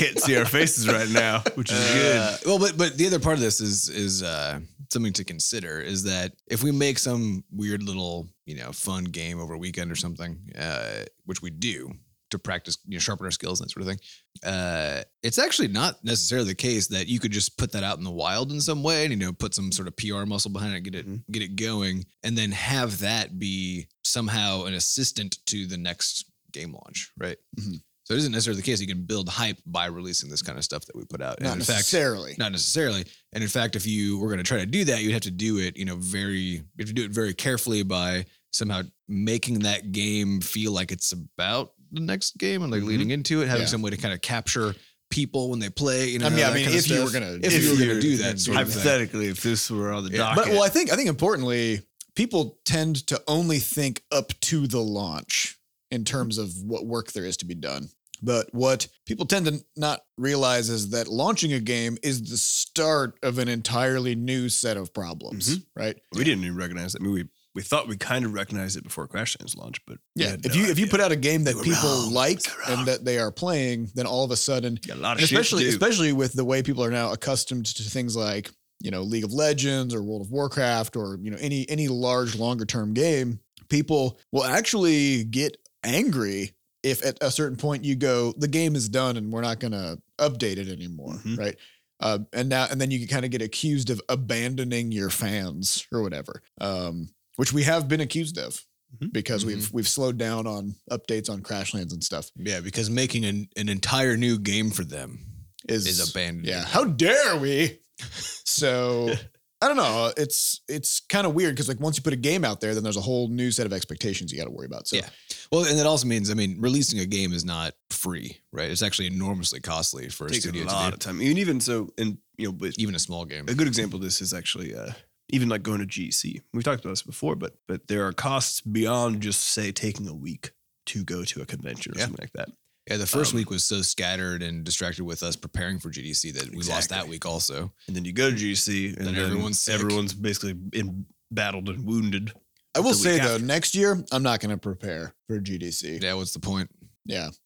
Speaker 2: Can't see our faces right now, which is
Speaker 3: Uh, Well, but but the other part of this is is uh, something to consider is that if we make some weird little you know fun game over a weekend or something, uh, which we do to practice you know sharpen our skills and that sort of thing, uh, it's actually not necessarily the case that you could just put that out in the wild in some way and you know put some sort of PR muscle behind it, get it
Speaker 2: Mhm.
Speaker 3: get it going, and then have that be somehow an assistant to the next game launch, right?
Speaker 1: Mhm.
Speaker 3: So it isn't necessarily the case. You can build hype by releasing this kind of stuff that we put out. And
Speaker 1: Not
Speaker 3: in fact,
Speaker 1: necessarily.
Speaker 3: not necessarily. And in fact, if you were going to try to do that, you'd have to do it, you know, very, you have to do it very carefully by somehow making that game feel like it's about the next game and like
Speaker 2: Mhm.
Speaker 3: leading into it, having
Speaker 1: Yeah.
Speaker 3: some way to kind of capture people when they play. You know,
Speaker 1: I mean, I
Speaker 3: that
Speaker 1: mean,
Speaker 3: kind of
Speaker 1: if you were
Speaker 3: stuff.
Speaker 1: gonna,
Speaker 3: if,
Speaker 2: if
Speaker 3: you were going
Speaker 2: you're-
Speaker 3: to do that, sort of thing.
Speaker 2: Hypothetically, if this were on the
Speaker 3: Yeah.
Speaker 2: docket,
Speaker 1: but well, I think I think importantly, people tend to only think up to the launch in terms of what work there is to be done. But what people tend to not realize is that launching a game is the start of an entirely new set of problems, right?
Speaker 2: we didn't even recognize it. I mean, we we thought we kind of recognized it before Crash Land's launch, but we
Speaker 1: Yeah.
Speaker 2: had
Speaker 1: If
Speaker 2: no
Speaker 1: you if you
Speaker 2: idea.
Speaker 1: put out a game
Speaker 2: We
Speaker 1: that
Speaker 2: were
Speaker 1: people
Speaker 2: wrong.
Speaker 1: like
Speaker 2: We were wrong.
Speaker 1: and that they are playing, then all of a sudden
Speaker 2: got a lot of
Speaker 1: And
Speaker 2: shit to
Speaker 1: especially
Speaker 2: do.
Speaker 1: especially with the way people are now accustomed to things like you know League of Legends or World of Warcraft or you know any any large longer term game, people will actually get angry if at a certain point you go the game is done and we're not going to update it anymore,
Speaker 2: Mhm.
Speaker 1: right? Uh, and now and then you kind of get accused of abandoning your fans or whatever, um, which we have been accused of.
Speaker 2: Mhm.
Speaker 1: Because we've we've slowed down on updates on Crashlands and stuff
Speaker 3: Yeah, because making an, an entire new game for them
Speaker 1: is,
Speaker 3: is abandoned.
Speaker 1: Yeah. How dare we? So I don't know. It's it's kind of weird because like once you put a game out there, then there's a whole new set of expectations you got to worry about. So
Speaker 3: Yeah. Well, and that also means, I mean, releasing a game is not free, right? It's actually enormously costly for a
Speaker 2: takes a
Speaker 3: studio to
Speaker 2: lot
Speaker 3: do,
Speaker 2: of time. And even so, and you know, but
Speaker 3: even a small game.
Speaker 2: a good example of this is actually uh, even like going to GC. We've talked about this before, but but there are costs beyond just say taking a week to go to a convention or
Speaker 3: Yeah.
Speaker 2: something like that.
Speaker 3: Yeah, the first
Speaker 2: Um,
Speaker 3: week was so scattered and distracted with us preparing for GDC that we lost that
Speaker 2: Exactly.
Speaker 3: week also.
Speaker 2: And then you go to GC, and
Speaker 3: Then
Speaker 2: then,
Speaker 3: everyone's sick.
Speaker 2: everyone's basically in battled and wounded.
Speaker 1: I will
Speaker 2: The week
Speaker 1: say though,
Speaker 2: after.
Speaker 1: next year I'm not going to prepare for GDC. Yeah,
Speaker 3: Yeah, what's the point?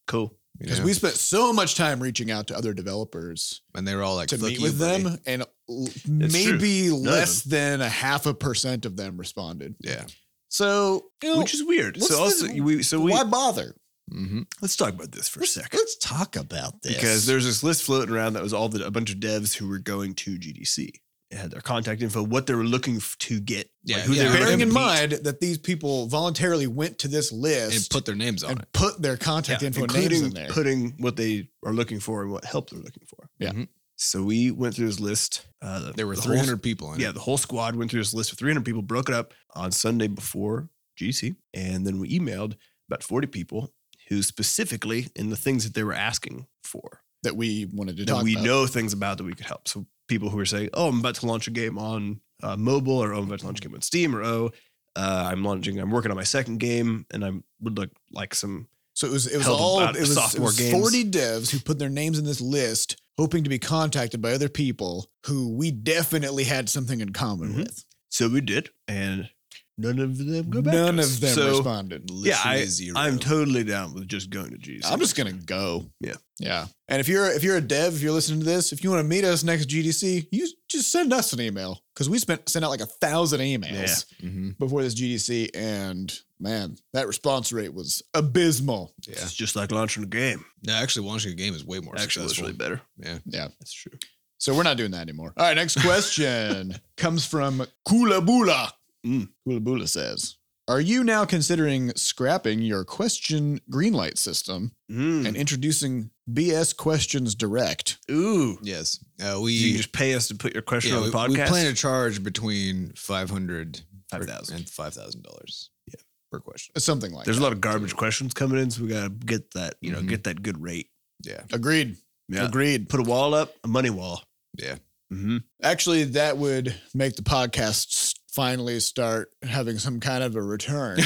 Speaker 2: Cool.
Speaker 3: You
Speaker 1: because
Speaker 3: know?
Speaker 1: we spent so much time reaching out to other developers
Speaker 3: and they were all like,
Speaker 1: to
Speaker 3: "Fuck
Speaker 1: meet
Speaker 3: you,
Speaker 1: with
Speaker 3: buddy."
Speaker 1: them, and l- maybe
Speaker 2: of
Speaker 1: less than a half a percent of them responded.
Speaker 3: Yeah.
Speaker 1: So you know,
Speaker 2: Which is weird.
Speaker 1: what's
Speaker 2: So also
Speaker 1: the-
Speaker 2: we so we
Speaker 1: why bother?
Speaker 3: hmm
Speaker 2: let's talk about this for a second.
Speaker 1: Let's talk about this
Speaker 2: Because there's this list floating around that was all the a bunch of devs who were going to GDC. It had their contact info, what they were looking f- to get,
Speaker 3: Yeah,
Speaker 2: like who
Speaker 3: yeah.
Speaker 2: they were
Speaker 1: bearing in
Speaker 2: gonna meet.
Speaker 1: mind that these people voluntarily went to this list
Speaker 3: And put their names on
Speaker 1: and
Speaker 3: it.
Speaker 1: put their contact
Speaker 2: Yeah,
Speaker 1: info names
Speaker 2: including
Speaker 1: in there.
Speaker 2: putting what they are looking for and what help they're looking for.
Speaker 1: Yeah.
Speaker 3: Mhm.
Speaker 2: So we went through this list. Uh, the-
Speaker 3: There were
Speaker 2: the whole-
Speaker 3: 300 people in
Speaker 2: yeah,
Speaker 3: yeah.
Speaker 2: the whole squad went through this list of 300 people, broke it up on Sunday before GC, and then we emailed about 40 people who specifically in the things that they were asking for
Speaker 1: that we wanted to
Speaker 2: that
Speaker 1: talk
Speaker 2: we
Speaker 1: about.
Speaker 2: know things about that we could help. So people who are saying, "Oh, I'm about to launch a game on uh, mobile," or "Oh, I'm about to launch a game on Steam," or "Oh, uh, I'm launching, I'm working on my second game, and I would look like some."
Speaker 1: So it was it was
Speaker 2: held
Speaker 1: all
Speaker 2: about
Speaker 1: it was, it
Speaker 2: sophomore
Speaker 1: was
Speaker 2: games.
Speaker 1: forty devs who put their names in this list, hoping to be contacted by other people who we definitely had something in common
Speaker 2: Mhm.
Speaker 1: with.
Speaker 2: So we did, and none of them go back. to
Speaker 1: None
Speaker 2: us.
Speaker 1: of them
Speaker 2: So
Speaker 1: responded.
Speaker 2: yeah, I,
Speaker 3: Literally zero.
Speaker 2: I'm totally down with just going to GDC.
Speaker 1: I'm just gonna go.
Speaker 2: Yeah.
Speaker 1: yeah. And if you're if you're a dev, if you're listening to this, if you want to meet us next GDC, you just send us an email because we spent sent out like a thousand emails.
Speaker 2: Yeah.
Speaker 3: hmm
Speaker 1: before this GDC, and man, that response rate was abysmal.
Speaker 3: Yeah.
Speaker 2: It's just like launching a game.
Speaker 3: No, actually, launching a game is way more
Speaker 2: Actually, it's
Speaker 3: successful.
Speaker 2: really better.
Speaker 3: Yeah.
Speaker 1: Yeah.
Speaker 2: that's true.
Speaker 1: So we're not doing that anymore. All right, next question comes from Kulabula.
Speaker 2: Mm.
Speaker 1: Kulabula says, "Are you now considering scrapping your question greenlight system
Speaker 2: Mm.
Speaker 1: and introducing BS questions direct?"
Speaker 2: Ooh,
Speaker 3: Yes. Uh,
Speaker 2: Do you
Speaker 3: we,
Speaker 2: just pay us to put your question
Speaker 3: yeah,
Speaker 2: on
Speaker 3: we,
Speaker 2: the
Speaker 3: we
Speaker 2: podcast.
Speaker 3: plan to charge between 500
Speaker 2: Five thousand.
Speaker 3: and $5,000
Speaker 2: Yeah.
Speaker 3: per question.
Speaker 1: Something like
Speaker 2: There's a
Speaker 1: that.
Speaker 2: lot of garbage questions coming in, so we gotta get that, you know,
Speaker 3: Mhm.
Speaker 2: get that good rate.
Speaker 3: Yeah.
Speaker 1: Agreed. Agreed.
Speaker 2: Put a wall up, a money wall.
Speaker 3: Yeah.
Speaker 2: Mm-hmm.
Speaker 1: Actually, that would make the podcasts finally start having some kind of a return.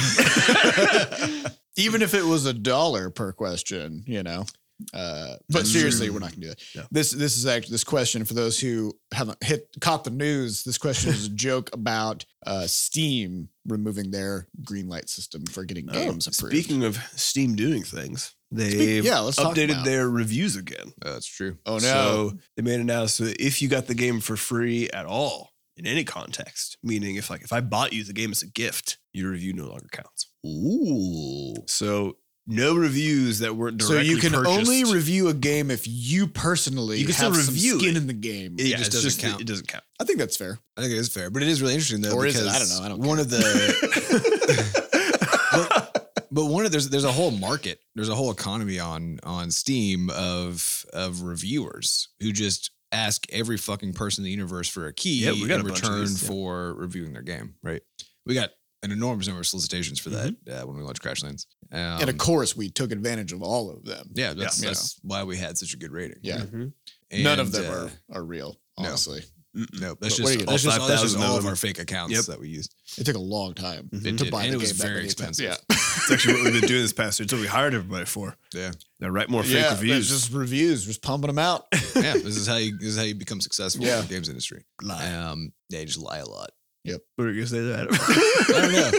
Speaker 1: even if it was a dollar per question, you know. Uh, but
Speaker 2: Mm.
Speaker 3: That's
Speaker 1: seriously,
Speaker 3: true.
Speaker 1: we're not gonna do that.
Speaker 2: No.
Speaker 1: This this is actually this question for those who haven't hit caught the news. This question is a joke about uh, Steam removing their green light system for getting games approved.
Speaker 2: Oh, speaking of Steam doing things, they
Speaker 1: Speak- yeah, let's talk
Speaker 2: updated
Speaker 1: about-
Speaker 2: their reviews again.
Speaker 3: Uh, that's true.
Speaker 1: oh no,
Speaker 2: So they made an announcement if you got the game for free at all in any context, meaning if like if I bought you the game as a gift, your review no longer counts.
Speaker 3: Ooh.
Speaker 2: So no reviews that weren't
Speaker 1: so
Speaker 2: directly
Speaker 1: you can
Speaker 2: purchased.
Speaker 1: only review a game if you personally
Speaker 2: You can still
Speaker 1: have some
Speaker 2: review
Speaker 1: skin
Speaker 2: it.
Speaker 1: in the game.
Speaker 2: yeah,
Speaker 3: just
Speaker 2: it's
Speaker 3: doesn't
Speaker 2: just-
Speaker 3: count.
Speaker 2: It doesn't count.
Speaker 1: I think that's fair.
Speaker 3: I think it is fair, but it is really interesting though.
Speaker 1: Or is it?
Speaker 3: because
Speaker 1: I don't know. I don't
Speaker 3: One of the, but one of there's there's a whole market, there's a whole economy on on Steam of of reviewers who just ask every fucking person in the universe for a key
Speaker 2: Yeah, we got a
Speaker 3: in
Speaker 2: bunch of
Speaker 3: return
Speaker 2: these, yeah.
Speaker 3: for reviewing their game. Right? We got an enormous number of solicitations for that uh, when we launched Crashlands. Um,
Speaker 1: Mm-hmm. and of course, we took advantage of all of them.
Speaker 3: yeah, that's,
Speaker 1: Yeah.
Speaker 3: that's why we had such a good rating.
Speaker 1: Yeah.
Speaker 2: Mhm.
Speaker 1: None
Speaker 3: And,
Speaker 1: of them
Speaker 3: uh,
Speaker 1: are, are real,
Speaker 3: no.
Speaker 1: honestly.
Speaker 2: Mm-mm.
Speaker 3: No, that's
Speaker 1: But what
Speaker 3: just,
Speaker 1: are you-
Speaker 3: all,
Speaker 1: that's
Speaker 2: just-
Speaker 3: five- that's just
Speaker 2: 5,000
Speaker 3: all
Speaker 2: of
Speaker 3: of
Speaker 2: them.
Speaker 3: our fake accounts
Speaker 2: Yep.
Speaker 3: that we used.
Speaker 1: It took a long time
Speaker 2: Mhm.
Speaker 3: It
Speaker 1: to
Speaker 3: did,
Speaker 1: buy
Speaker 3: and
Speaker 1: the
Speaker 3: it was
Speaker 1: game back
Speaker 3: very
Speaker 1: when they came out.
Speaker 3: expensive.
Speaker 1: Yeah.
Speaker 2: It's actually what we've been doing this past year. It's what we hired everybody for.
Speaker 3: Yeah,
Speaker 2: Now write more fake
Speaker 1: yeah,
Speaker 2: reviews.
Speaker 1: reviews. Just reviews, just pumping them out.
Speaker 3: yeah. This is how you this is how you become successful
Speaker 1: Yeah.
Speaker 3: in the games industry.
Speaker 2: lie.
Speaker 3: Um, yeah, you just lie a lot.
Speaker 2: What are you gonna say to that?
Speaker 3: I don't know.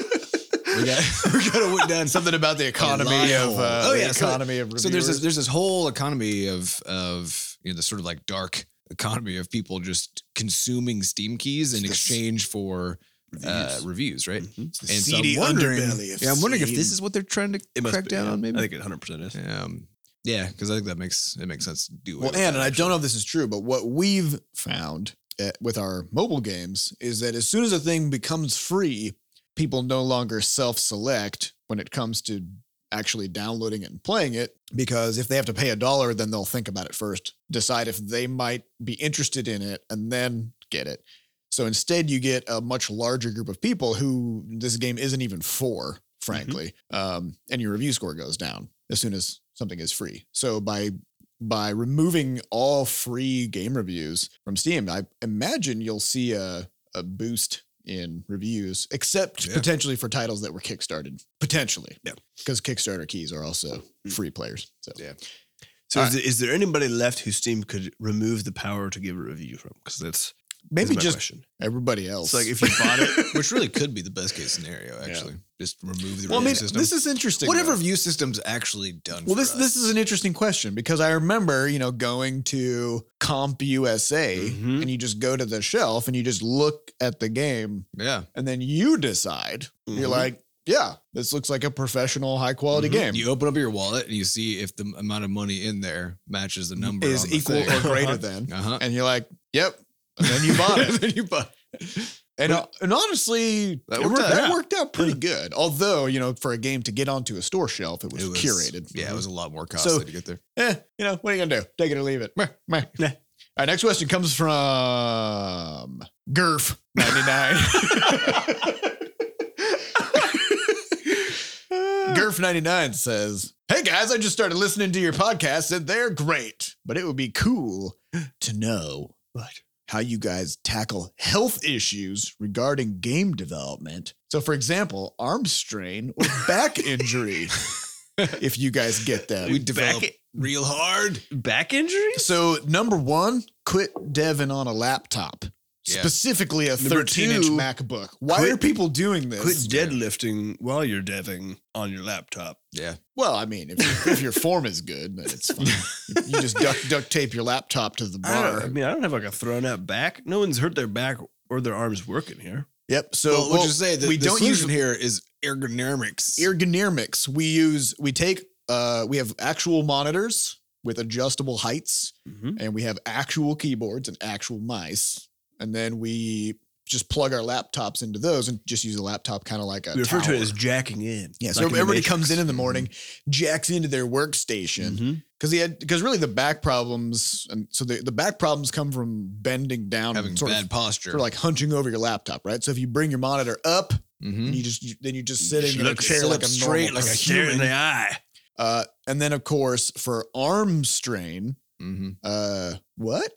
Speaker 3: We got we got to whittle down something.
Speaker 1: Something about the economy of
Speaker 3: Reliable.
Speaker 1: uh,
Speaker 3: Oh,
Speaker 1: the
Speaker 3: yeah, so-
Speaker 1: economy of reviewers.
Speaker 3: So there's this, there's this whole economy of of you know the sort of like dark economy of people just consuming Steam keys in
Speaker 1: It's this-
Speaker 3: exchange for uh, reviews, right?
Speaker 2: Mhm.
Speaker 1: Mm-hmm. The
Speaker 3: And so
Speaker 1: seedy
Speaker 3: I'm wondering,
Speaker 1: underbelly of
Speaker 3: yeah, I'm wondering if
Speaker 1: Steam.
Speaker 3: this is what they're trying to
Speaker 2: It must
Speaker 3: crack
Speaker 2: be,
Speaker 3: down
Speaker 2: yeah.
Speaker 3: on, maybe.
Speaker 2: I think it 100 percent is.
Speaker 3: um, yeah, because I think that makes it makes sense. To do away
Speaker 1: Well,
Speaker 3: with
Speaker 1: and, and
Speaker 3: that,
Speaker 1: I
Speaker 3: actually.
Speaker 1: don't know if this is true, but what we've found uh, with our mobile games is that as soon as a thing becomes free, people no longer self select when it comes to actually downloading it and playing it because if they have to pay a dollar, then they'll think about it first, decide if they might be interested in it, and then get it. So instead, you get a much larger group of people who this game isn't even for,
Speaker 3: Mm-hmm.
Speaker 1: frankly, um, and your review score goes down as soon as something is free. So by by removing all free game reviews from Steam, I imagine you'll see a, a boost in reviews, except
Speaker 3: Yeah.
Speaker 1: potentially for titles that were kickstarted. Potentially.
Speaker 2: Yeah. Mm.
Speaker 1: Because Kickstarter keys are also free players. So
Speaker 3: Yeah.
Speaker 2: So
Speaker 1: All
Speaker 2: is, there, is there anybody left who Steam could remove the power to give a review from? Because that's
Speaker 1: maybe
Speaker 2: is my
Speaker 1: just
Speaker 2: question.
Speaker 1: everybody else.
Speaker 2: It's like if you bought it,
Speaker 3: which really could be the best case scenario. Actually, just remove the
Speaker 1: well, I
Speaker 3: review
Speaker 1: mean,
Speaker 3: system.
Speaker 1: this is interesting.
Speaker 3: what have
Speaker 1: though.
Speaker 3: review systems actually done?
Speaker 1: Well,
Speaker 3: for
Speaker 1: this
Speaker 3: us?
Speaker 1: this is an interesting question because I remember, you know, going to Comp USA
Speaker 2: Mhm.
Speaker 1: and you just go to the shelf and you just look at the game
Speaker 3: yeah.
Speaker 1: and then you decide. You're
Speaker 2: Mhm.
Speaker 1: like, yeah, this looks like a professional, high quality
Speaker 2: Mhm.
Speaker 1: game.
Speaker 3: You open up your wallet and you see if the amount of money in there matches the number
Speaker 1: is equal or greater than,
Speaker 3: Uh huh.
Speaker 1: and you're like, yep. And then you bought it.
Speaker 3: then you bought.
Speaker 1: And, uh, and honestly,
Speaker 2: That
Speaker 1: it
Speaker 2: worked
Speaker 1: worked-
Speaker 2: out,
Speaker 1: that
Speaker 2: yeah.
Speaker 1: worked out pretty good. Although, you know, for a game to get onto a store shelf, it was, curated.
Speaker 3: Yeah, it was a lot more
Speaker 1: So-
Speaker 3: costly to get there.
Speaker 1: Eh, you know, what are you going to do? Take it or leave it. Meh, meh.
Speaker 2: Nah.
Speaker 1: All right, next question comes from Gurf99. Gurf99 says, Hey guys, I just started listening to your podcast and they're great, but it would be cool to know
Speaker 2: What?
Speaker 1: how you guys tackle health issues regarding game development. So, for example, arm strain or back injury, if you guys get that.
Speaker 3: We
Speaker 2: Back
Speaker 3: developed
Speaker 2: it-
Speaker 3: real hard.
Speaker 2: back injuries.
Speaker 1: So number one, quit Devin on a laptop,
Speaker 3: Yeah.
Speaker 1: specifically a
Speaker 2: Number
Speaker 1: 13 inch
Speaker 2: two,
Speaker 1: MacBook. Why
Speaker 2: quit-
Speaker 1: are people doing this?
Speaker 2: Quit deadlifting while you're deving on your laptop.
Speaker 3: Yeah.
Speaker 1: Well, I mean, if, if your form is good, then it's fine. you just duct, duct tape your laptop to the
Speaker 2: I, don't, I
Speaker 1: bar.
Speaker 2: mean, I don't have like a thrown out back. No one's hurt their back or their arms working here.
Speaker 1: Yep. So
Speaker 3: So well,
Speaker 1: well,
Speaker 3: we'll just say that
Speaker 1: we
Speaker 3: the
Speaker 1: don't
Speaker 3: solution
Speaker 1: use
Speaker 3: here is ergonomics.
Speaker 1: ergonomics. We use we take uh we have actual monitors with adjustable heights,
Speaker 2: Mhm.
Speaker 1: and we have actual keyboards and actual mice, and then we just plug our laptops into those and just use a laptop kind of like a
Speaker 2: We refer to
Speaker 1: tower.
Speaker 2: it as Mm-hmm. jacking in.
Speaker 1: Yeah,
Speaker 2: like
Speaker 1: so
Speaker 2: in the
Speaker 1: everybody
Speaker 2: Matrix.
Speaker 1: comes in in the morning, jacks into their workstation
Speaker 2: Mhm.
Speaker 1: because he had because really the back problems and so the, the back problems come from bending down,
Speaker 3: having
Speaker 1: and um, sort
Speaker 3: bad
Speaker 1: of
Speaker 3: posture.
Speaker 1: sort of like hunching over your laptop, right? So if you bring your monitor up,
Speaker 3: Mhm.
Speaker 1: you just you, then you just
Speaker 2: You
Speaker 1: sitting
Speaker 2: just
Speaker 1: in a
Speaker 2: look-
Speaker 1: chair
Speaker 2: sit
Speaker 1: like a
Speaker 2: up
Speaker 1: straight like a
Speaker 2: Stare in
Speaker 1: human.
Speaker 2: the eye.
Speaker 1: Uh, and then of course for arm strain,
Speaker 3: Mhm.
Speaker 1: uh, what?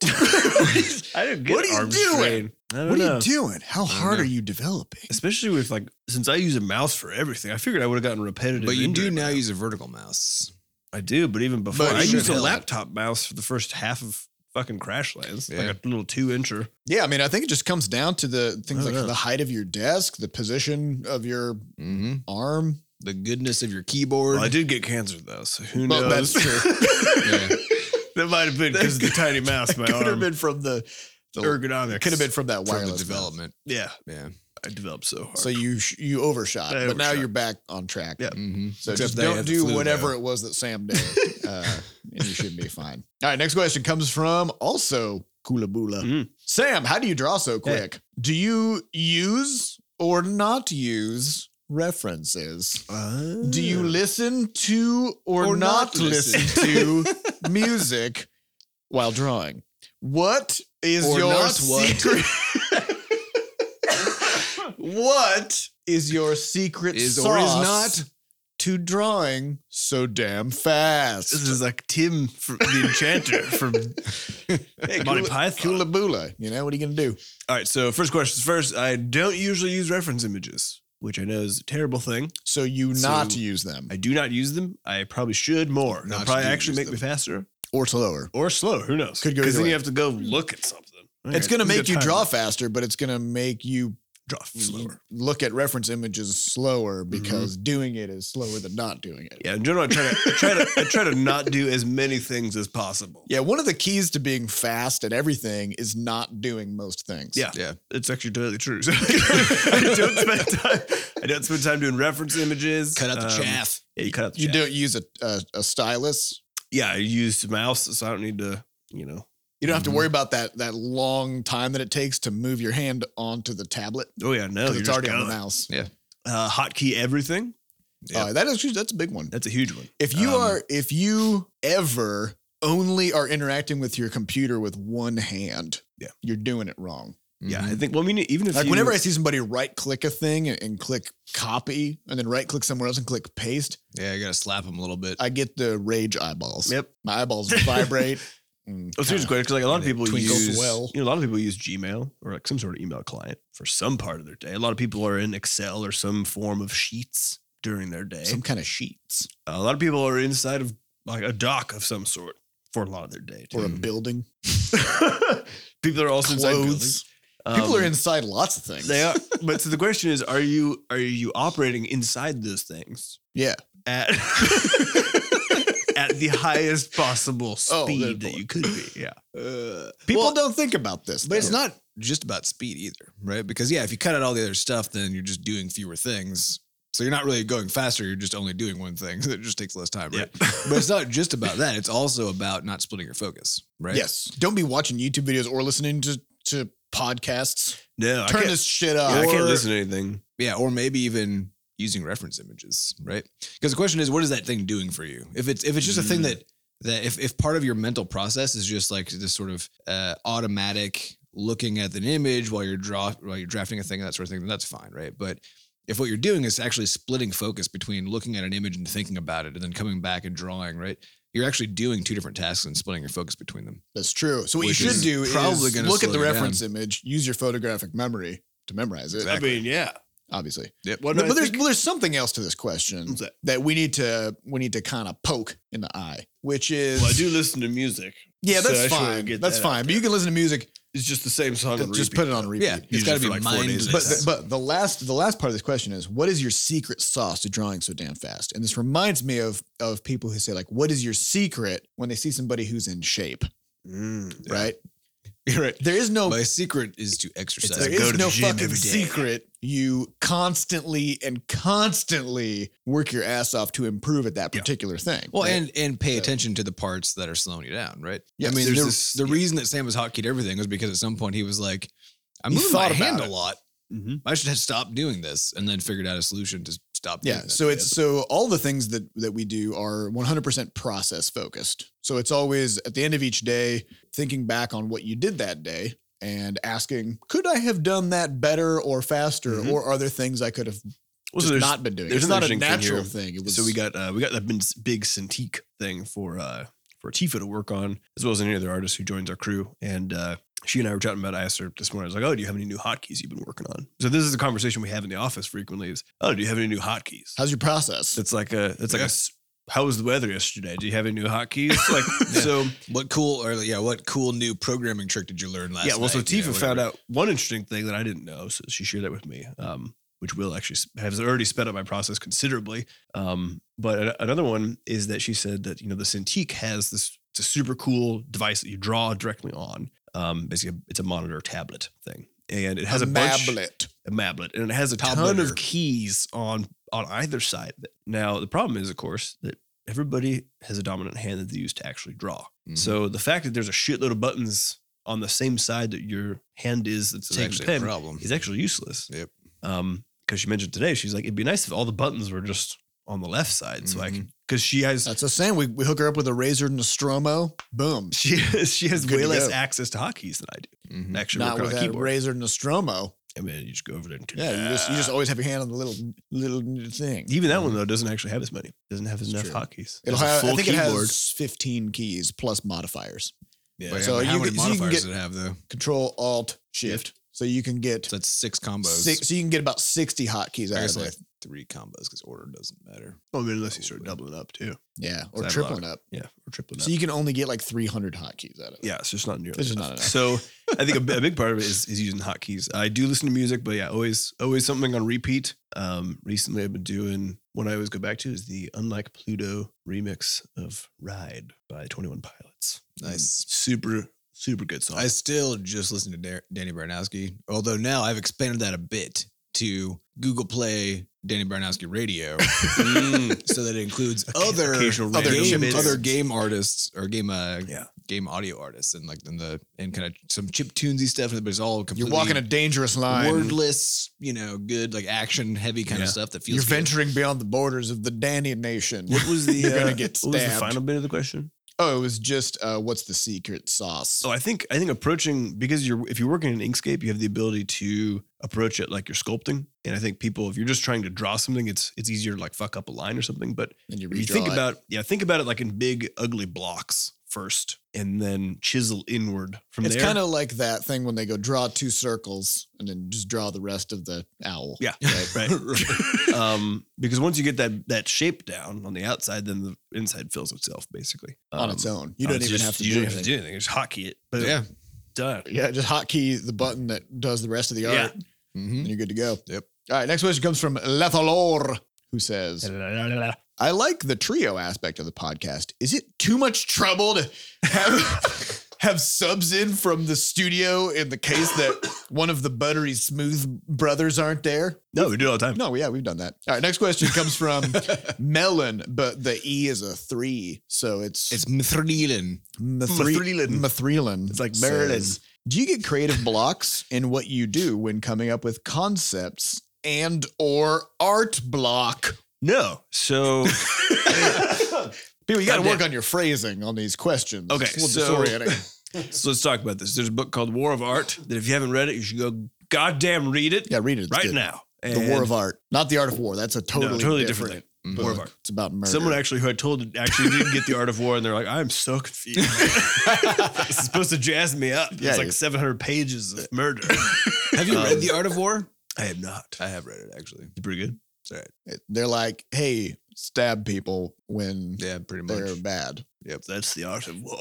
Speaker 2: I don't
Speaker 1: What are you
Speaker 2: arm
Speaker 1: doing?
Speaker 2: strain. I don't
Speaker 1: what
Speaker 2: know.
Speaker 1: are you doing? How hard
Speaker 3: know.
Speaker 1: are you developing?
Speaker 2: Especially with like, since I use a mouse for everything, I figured I would have gotten repetitive.
Speaker 3: But you do
Speaker 2: injury.
Speaker 3: now use a vertical mouse.
Speaker 2: I do, but even before,
Speaker 1: But
Speaker 2: I
Speaker 1: you
Speaker 2: used
Speaker 3: should
Speaker 2: a
Speaker 3: have.
Speaker 2: laptop mouse for the first half of fucking Crashlands,
Speaker 3: Yeah.
Speaker 2: like a little two incher.
Speaker 1: Yeah, I mean, I think it just comes down to the things
Speaker 2: I
Speaker 1: like
Speaker 2: don't know.
Speaker 1: the height of your desk, the position of your
Speaker 3: Mm-hmm.
Speaker 1: arm,
Speaker 3: The goodness of your keyboard.
Speaker 2: Well, I did get cancer though, so who
Speaker 1: Well,
Speaker 2: knows?
Speaker 1: that's true.
Speaker 3: Yeah.
Speaker 2: that might have been because of the tiny mouse. My
Speaker 1: could have
Speaker 2: arm
Speaker 1: been from the, the
Speaker 2: ergonomics.
Speaker 1: it could have been from that
Speaker 3: From
Speaker 1: wireless
Speaker 3: the development.
Speaker 2: Yeah,
Speaker 3: Yeah.
Speaker 2: I developed so hard.
Speaker 1: mouse. So you sh- you overshot,
Speaker 2: I
Speaker 1: but now
Speaker 2: overshot.
Speaker 1: you're back on track.
Speaker 2: Yeah.
Speaker 3: Mm-hmm.
Speaker 1: So just don't do whatever it was that Sam did, uh, and you should be fine. All right, next question comes from also Kulabula.
Speaker 2: Mm.
Speaker 1: Sam, how do you draw so quick? Do you use or not use references? Do you listen to Hmm. or,
Speaker 3: Or
Speaker 1: not,
Speaker 3: not
Speaker 1: listen, to music while drawing? What is
Speaker 3: Or
Speaker 1: your
Speaker 3: not what?
Speaker 1: secret? what is your secret
Speaker 3: Is
Speaker 1: sauce
Speaker 3: or is not.
Speaker 1: to drawing so damn fast?
Speaker 2: This is like Tim, from, the Enchanter from Monty
Speaker 1: Kula-
Speaker 2: Python.
Speaker 1: Kula Bula. You know, what are you going to do?
Speaker 2: All right, so first questions first. I don't usually use reference images, which I know is a terrible thing.
Speaker 1: So you not
Speaker 2: So-
Speaker 1: use them
Speaker 2: I do not use them. I probably should more. They'll
Speaker 3: Not
Speaker 2: probably
Speaker 3: to
Speaker 2: actually
Speaker 3: use
Speaker 2: make
Speaker 3: them.
Speaker 2: me faster
Speaker 1: or to lower.
Speaker 2: or slower. Who knows?
Speaker 1: Could go
Speaker 2: because
Speaker 1: either
Speaker 2: then
Speaker 1: way.
Speaker 2: you have to go look at something.
Speaker 1: It's going to make you draw faster, but it's going to make you
Speaker 2: draw slower. Mm-hmm.
Speaker 1: look at reference images slower because doing it is slower than not doing it.
Speaker 2: Yeah, in general, I try to I try to I try to not do as many things as possible.
Speaker 1: Yeah, one of the keys to being fast at everything is not doing most things.
Speaker 2: Yeah.
Speaker 3: Yeah.
Speaker 2: It's actually totally true. So I don't spend time. I don't spend time doing reference images.
Speaker 3: Cut out the
Speaker 2: Um,
Speaker 3: chaff.
Speaker 2: Yeah, you cut out the
Speaker 1: You
Speaker 2: chaff.
Speaker 1: don't use a, a, a stylus.
Speaker 2: Yeah, I use mouse, so I don't need to. You know.
Speaker 1: You don't have to
Speaker 2: Mm-hmm.
Speaker 3: Mhm.
Speaker 1: worry about that that long time that it takes to move your hand onto the tablet
Speaker 2: Oh yeah, no,
Speaker 1: because it's
Speaker 2: you're just
Speaker 1: already on the
Speaker 2: going.
Speaker 1: mouse.
Speaker 2: Uh, hotkey everything.
Speaker 3: Yeah.
Speaker 1: Uh, that is that's a big one.
Speaker 2: That's a huge one.
Speaker 1: If you
Speaker 2: Um,
Speaker 1: are if you ever only are interacting with your computer with one hand,
Speaker 2: Yeah.
Speaker 1: you're doing it wrong.
Speaker 2: Yeah, I
Speaker 3: Mhm.
Speaker 2: think. Well, I mean, even if
Speaker 1: Like
Speaker 2: you,
Speaker 1: whenever I see somebody right click a thing and, and click copy and then right click somewhere else and click paste,
Speaker 3: Yeah, I gotta slap him a little bit.
Speaker 1: I get the rage eyeballs.
Speaker 2: Yep.
Speaker 1: My eyeballs vibrate. and
Speaker 2: Oh, so here's
Speaker 1: kinda-
Speaker 2: great because like a lot of
Speaker 3: And it
Speaker 2: people
Speaker 1: twinkles
Speaker 2: use
Speaker 1: well.
Speaker 2: you know a lot of people use Gmail or like some sort of email client for some part of their day. A lot of people are in Excel or some form of sheets during their day.
Speaker 1: some kind of sheets
Speaker 2: a lot of people are inside of like a dock of some sort for a lot of their day.
Speaker 1: or a
Speaker 3: Mhm.
Speaker 1: building,
Speaker 2: people are also inside buildings.
Speaker 1: clothes. People
Speaker 2: Um,
Speaker 1: are inside lots of things.
Speaker 2: They are, but so the question is: Are you are you operating inside those things?
Speaker 1: Yeah.
Speaker 2: At at the highest possible
Speaker 1: Oh, good
Speaker 2: speed that
Speaker 1: point. Uh,
Speaker 2: you could be. Yeah.
Speaker 1: People
Speaker 3: well,
Speaker 1: don't think about this.
Speaker 3: But it's
Speaker 1: though.
Speaker 3: not just about speed either, right? Because yeah, if you cut out all the other stuff, then you're just doing fewer things. So you're not really going faster. You're just only doing one thing. So it just takes less time, right? but it's not just about that. It's also about not splitting your focus, right?
Speaker 1: Yes. Don't be watching YouTube videos or listening to to podcasts.
Speaker 2: No, I
Speaker 1: Turn
Speaker 2: can't-
Speaker 1: this shit up.
Speaker 2: yeah, I can't
Speaker 1: Or-
Speaker 2: listen to anything.
Speaker 3: Yeah, or maybe even using reference images, right? Because the question is, what is that thing doing for you? If it's if it's just a thing
Speaker 2: Mm.
Speaker 3: that that if if part of your mental process is just like this sort of uh, automatic looking at an image while you're draw while you're drafting a thing that sort of thing, then that's fine, right? But if what you're doing is actually splitting focus between looking at an image and thinking about it, and then coming back and drawing, right? You're actually doing two different tasks and splitting your focus between them.
Speaker 1: That's true. So what
Speaker 3: Which
Speaker 1: you should
Speaker 3: is
Speaker 1: do is
Speaker 3: probably gonna
Speaker 1: look at
Speaker 3: slow
Speaker 1: the
Speaker 3: you
Speaker 1: reference image, use your photographic memory to memorize it.
Speaker 3: Exactly.
Speaker 2: I mean, yeah.
Speaker 1: Obviously,
Speaker 3: Yep.
Speaker 2: What
Speaker 1: but,
Speaker 2: do Oh, I
Speaker 1: but there's
Speaker 2: think-
Speaker 1: well, there's something else to this question
Speaker 2: What's that?
Speaker 1: that we need to we need to kind of poke in the eye, which is
Speaker 2: Well, I do listen to music.
Speaker 1: yeah,
Speaker 2: so
Speaker 1: that's
Speaker 2: I should
Speaker 1: fine.
Speaker 2: get
Speaker 1: That's
Speaker 2: that out
Speaker 1: fine. But you can listen to music,
Speaker 2: It's just the same song. on
Speaker 1: just
Speaker 2: repeat.
Speaker 1: put it on repeat.
Speaker 3: Yeah,
Speaker 2: Use
Speaker 3: it's got
Speaker 2: it
Speaker 3: to
Speaker 2: for
Speaker 3: be
Speaker 2: like four days
Speaker 3: mindless.
Speaker 2: at a
Speaker 1: But the, but the last the last part of this question is what is your secret sauce to drawing so damn fast? And this reminds me of of people who say like, "What is your secret?" when they see somebody who's in shape,
Speaker 2: Mm.
Speaker 1: right?
Speaker 3: You're right.
Speaker 1: There is no
Speaker 3: My secret is to exercise.
Speaker 1: there
Speaker 2: I go
Speaker 1: is
Speaker 2: to the
Speaker 1: no
Speaker 2: gym
Speaker 1: fucking
Speaker 2: every day.
Speaker 1: secret. You constantly and constantly work your ass off to improve at that
Speaker 2: Yeah.
Speaker 1: particular thing.
Speaker 3: Well,
Speaker 1: right?
Speaker 3: and and pay
Speaker 1: So-
Speaker 3: attention to the parts that are slowing you down, right? Yeah, I
Speaker 1: Yes,
Speaker 3: mean,
Speaker 2: there's
Speaker 3: the,
Speaker 2: this-
Speaker 3: the
Speaker 2: yeah.
Speaker 3: reason that Sam was hotkeyed everything was because at some point he was like, "I'm
Speaker 1: He
Speaker 3: moving my
Speaker 1: thought about
Speaker 3: hand
Speaker 1: it.
Speaker 3: a lot.
Speaker 2: Mhm.
Speaker 3: I should have stopped doing this," and then figured out a solution to stop.
Speaker 1: yeah,
Speaker 3: doing that.
Speaker 1: so it's so all the things that that we do are 100% process focused. So it's always at the end of each day thinking back on what you did that day and asking, could I have done that better or faster,
Speaker 2: Mhm.
Speaker 1: or are there things I could have
Speaker 2: Well, so
Speaker 1: just
Speaker 2: there's-
Speaker 1: not been doing?
Speaker 2: there's
Speaker 1: It's not a
Speaker 2: an interesting thing
Speaker 1: natural thing. It was
Speaker 2: So we got uh, we got that bin- big Cintiq thing for uh, for Tifa to work on, as well as any other artist who joins our crew. And uh, she and I were chatting about I asked her this morning. I was like, "Oh, do you have any new hotkeys you've been working on?" So this is a conversation we have in the office frequently. Is oh, do you have any new hotkeys?
Speaker 1: how's your process?
Speaker 2: It's like a it's like
Speaker 3: Yeah.
Speaker 2: a s how was the weather yesterday? Do you have any new hotkeys? Like
Speaker 3: Yeah.
Speaker 2: so.
Speaker 3: what cool or yeah, what cool new programming trick did you learn last?
Speaker 2: yeah, well, so
Speaker 3: night?
Speaker 2: Tifa
Speaker 3: You know,
Speaker 2: found
Speaker 3: whatever.
Speaker 2: out one interesting thing that I didn't know, so she shared that with me, um, which will actually sp- has already sped up my process considerably. Um, but a- another one is that she said that you know the Cintiq has this it's a super cool device that you draw directly on. Um, basically, it's a monitor tablet thing, and it has a, bunch
Speaker 1: mablet.
Speaker 2: a mablet, and it has a ton
Speaker 3: Tabletter.
Speaker 2: of keys on on either side of it. Now, the problem is, of course, that everybody has a dominant hand that they use to actually draw.
Speaker 1: Mm-hmm.
Speaker 3: Mhm.
Speaker 2: So the fact that there's a shitload of buttons on the same side that your hand is that's
Speaker 3: It's
Speaker 2: taking the
Speaker 3: actually a
Speaker 2: pen
Speaker 3: problem.
Speaker 2: is actually useless.
Speaker 3: Yep.
Speaker 2: Um, because she mentioned today, she's like, it'd be nice if all the buttons were just on the left side, so I can. Because she has
Speaker 1: Mm-hmm. That's the same. We, we hook her up with a razor and a Stromo. Boom.
Speaker 2: she has, she has
Speaker 1: Good
Speaker 2: way
Speaker 1: to
Speaker 2: less
Speaker 1: go.
Speaker 2: access to hotkeys than I do.
Speaker 3: Mhm.
Speaker 2: Actually,
Speaker 1: Not
Speaker 2: working
Speaker 1: with
Speaker 2: on a
Speaker 1: that
Speaker 2: keyboard.
Speaker 1: razor and a Stromo.
Speaker 2: I mean, you just go over there and
Speaker 1: Yeah, you just you just always have your hand on the little little thing.
Speaker 2: even that one though doesn't actually have as many. Doesn't have enough hotkeys.
Speaker 1: It'll
Speaker 2: Um, It's a
Speaker 1: have,
Speaker 2: full
Speaker 1: I think it
Speaker 2: keyboard.
Speaker 1: has 15 keys plus modifiers.
Speaker 3: Yeah,
Speaker 1: So
Speaker 3: so how
Speaker 1: you
Speaker 3: many
Speaker 1: can- so you can
Speaker 3: modifiers
Speaker 1: get-
Speaker 3: did it have though?
Speaker 1: Control Alt Shift. So you can get
Speaker 3: So that's six combos.
Speaker 1: six, so you can get about 60 hotkeys
Speaker 3: I
Speaker 1: out
Speaker 3: guess
Speaker 1: of
Speaker 3: like
Speaker 1: it.
Speaker 3: three combos because order doesn't matter.
Speaker 2: Well, I mean, unless you start doubling up too.
Speaker 1: Yeah, or
Speaker 2: Cyberlock.
Speaker 1: tripling up.
Speaker 2: Yeah, or tripling up.
Speaker 1: So you can only get like 300 hotkeys out of it.
Speaker 2: yeah, it's just not nearly.
Speaker 1: It's just
Speaker 2: enough.
Speaker 1: not enough.
Speaker 2: So I think a, bi- a big part of it is, is using hotkeys. I do listen to music, but yeah, always always something on repeat. Um, recently, I've been doing one I always go back to is the Unlike Pluto remix of Ride by Twenty One Pilots.
Speaker 3: Nice.
Speaker 2: super super good song.
Speaker 3: I still just listen to Dar- Danny Baranowski, although now I've expanded that a bit to Google Play Danny Baranowski Radio, so that it includes other
Speaker 2: occasional
Speaker 3: other
Speaker 2: random
Speaker 3: game,
Speaker 2: bits.
Speaker 3: other game artists or game uh,
Speaker 2: Yeah.
Speaker 3: game audio artists and like in the and kind of some chip tunesy stuff, but it's all
Speaker 1: You're
Speaker 3: completely
Speaker 1: walking a dangerous line.
Speaker 3: wordless, you know, good like action heavy kind
Speaker 2: Yeah.
Speaker 3: of stuff that feels
Speaker 1: You're
Speaker 3: good.
Speaker 1: venturing beyond the borders of the Danny Nation.
Speaker 2: what was the
Speaker 1: You're gonna
Speaker 2: uh,
Speaker 1: get
Speaker 2: what was the
Speaker 1: stabbed.
Speaker 2: final bit of the question?
Speaker 1: oh, it was just uh, what's the secret sauce?
Speaker 2: So I think I think approaching because you're if you're working in Inkscape, you have the ability to approach it like you're sculpting. And I think people, if you're just trying to draw something, it's it's easier to like fuck up a line or something. But
Speaker 1: and you
Speaker 2: if you
Speaker 1: redraw
Speaker 2: think
Speaker 1: it.
Speaker 2: about yeah, think about it like in big ugly blocks first, and then chisel inward from
Speaker 1: it's
Speaker 2: there.
Speaker 1: kind of like that thing when they go draw two circles and then just draw the rest of the owl.
Speaker 2: Yeah.
Speaker 1: Right?
Speaker 2: right. um, because once you get that that shape down on the outside, then the inside fills itself basically
Speaker 1: on
Speaker 2: Um,
Speaker 1: its own. You
Speaker 2: uh,
Speaker 1: don't
Speaker 2: it's
Speaker 1: even
Speaker 2: just-
Speaker 1: have to
Speaker 2: you
Speaker 1: do
Speaker 2: don't have to
Speaker 1: anything.
Speaker 2: do anything. Just hotkey it. Boom.
Speaker 3: Yeah.
Speaker 2: done.
Speaker 1: Yeah, just hotkey the button that does the rest of the art,
Speaker 2: Yeah.
Speaker 3: Mm-hmm.
Speaker 1: and you're good to go.
Speaker 3: Yep.
Speaker 1: All right, next question comes from Lethalor, who says, I like the trio aspect of the podcast. Is it too much trouble to have, have subs in from the studio in the case that one of the buttery smooth brothers aren't there?
Speaker 2: No, we do it all the time.
Speaker 1: No, yeah, we've done that. All right, next question comes from Melon, but the E is a three, so it's
Speaker 3: It's Mithrilin.
Speaker 1: Mathri-
Speaker 2: Mathrelin.
Speaker 1: Mathrelin
Speaker 2: It's like Marilyn.
Speaker 1: says, Do you get creative blocks in what you do when coming up with concepts and or art block?
Speaker 2: No. So
Speaker 1: People, you got to
Speaker 2: Goddamn.
Speaker 1: work on your phrasing on these questions.
Speaker 2: Okay,
Speaker 1: It's a little
Speaker 2: so-
Speaker 1: disorienting.
Speaker 2: so let's talk about this. There's a book called War of Art that if you haven't read it, you should go goddamn read it
Speaker 1: yeah, read it. It's
Speaker 2: right
Speaker 1: good.
Speaker 2: now.
Speaker 1: The War of Art, not the Art of War. That's a totally,
Speaker 2: totally different
Speaker 1: different,
Speaker 2: thing.
Speaker 3: Mhm.
Speaker 1: book.
Speaker 2: War of Art.
Speaker 1: It's about murder.
Speaker 2: Someone actually who I told actually didn't get the Art of War, and they're like, "I'm so confused. this is supposed to jazz me up.
Speaker 1: Yeah,
Speaker 2: it's like
Speaker 1: you-
Speaker 2: 700 pages of murder.
Speaker 3: Have you
Speaker 2: Um,
Speaker 3: read The Art of War?
Speaker 2: I have not.
Speaker 3: I have read it actually.
Speaker 2: You pretty good.
Speaker 1: They're like, hey, stab people when
Speaker 3: Yeah, pretty much.
Speaker 1: they're bad.
Speaker 2: Yep, that's the Art of War.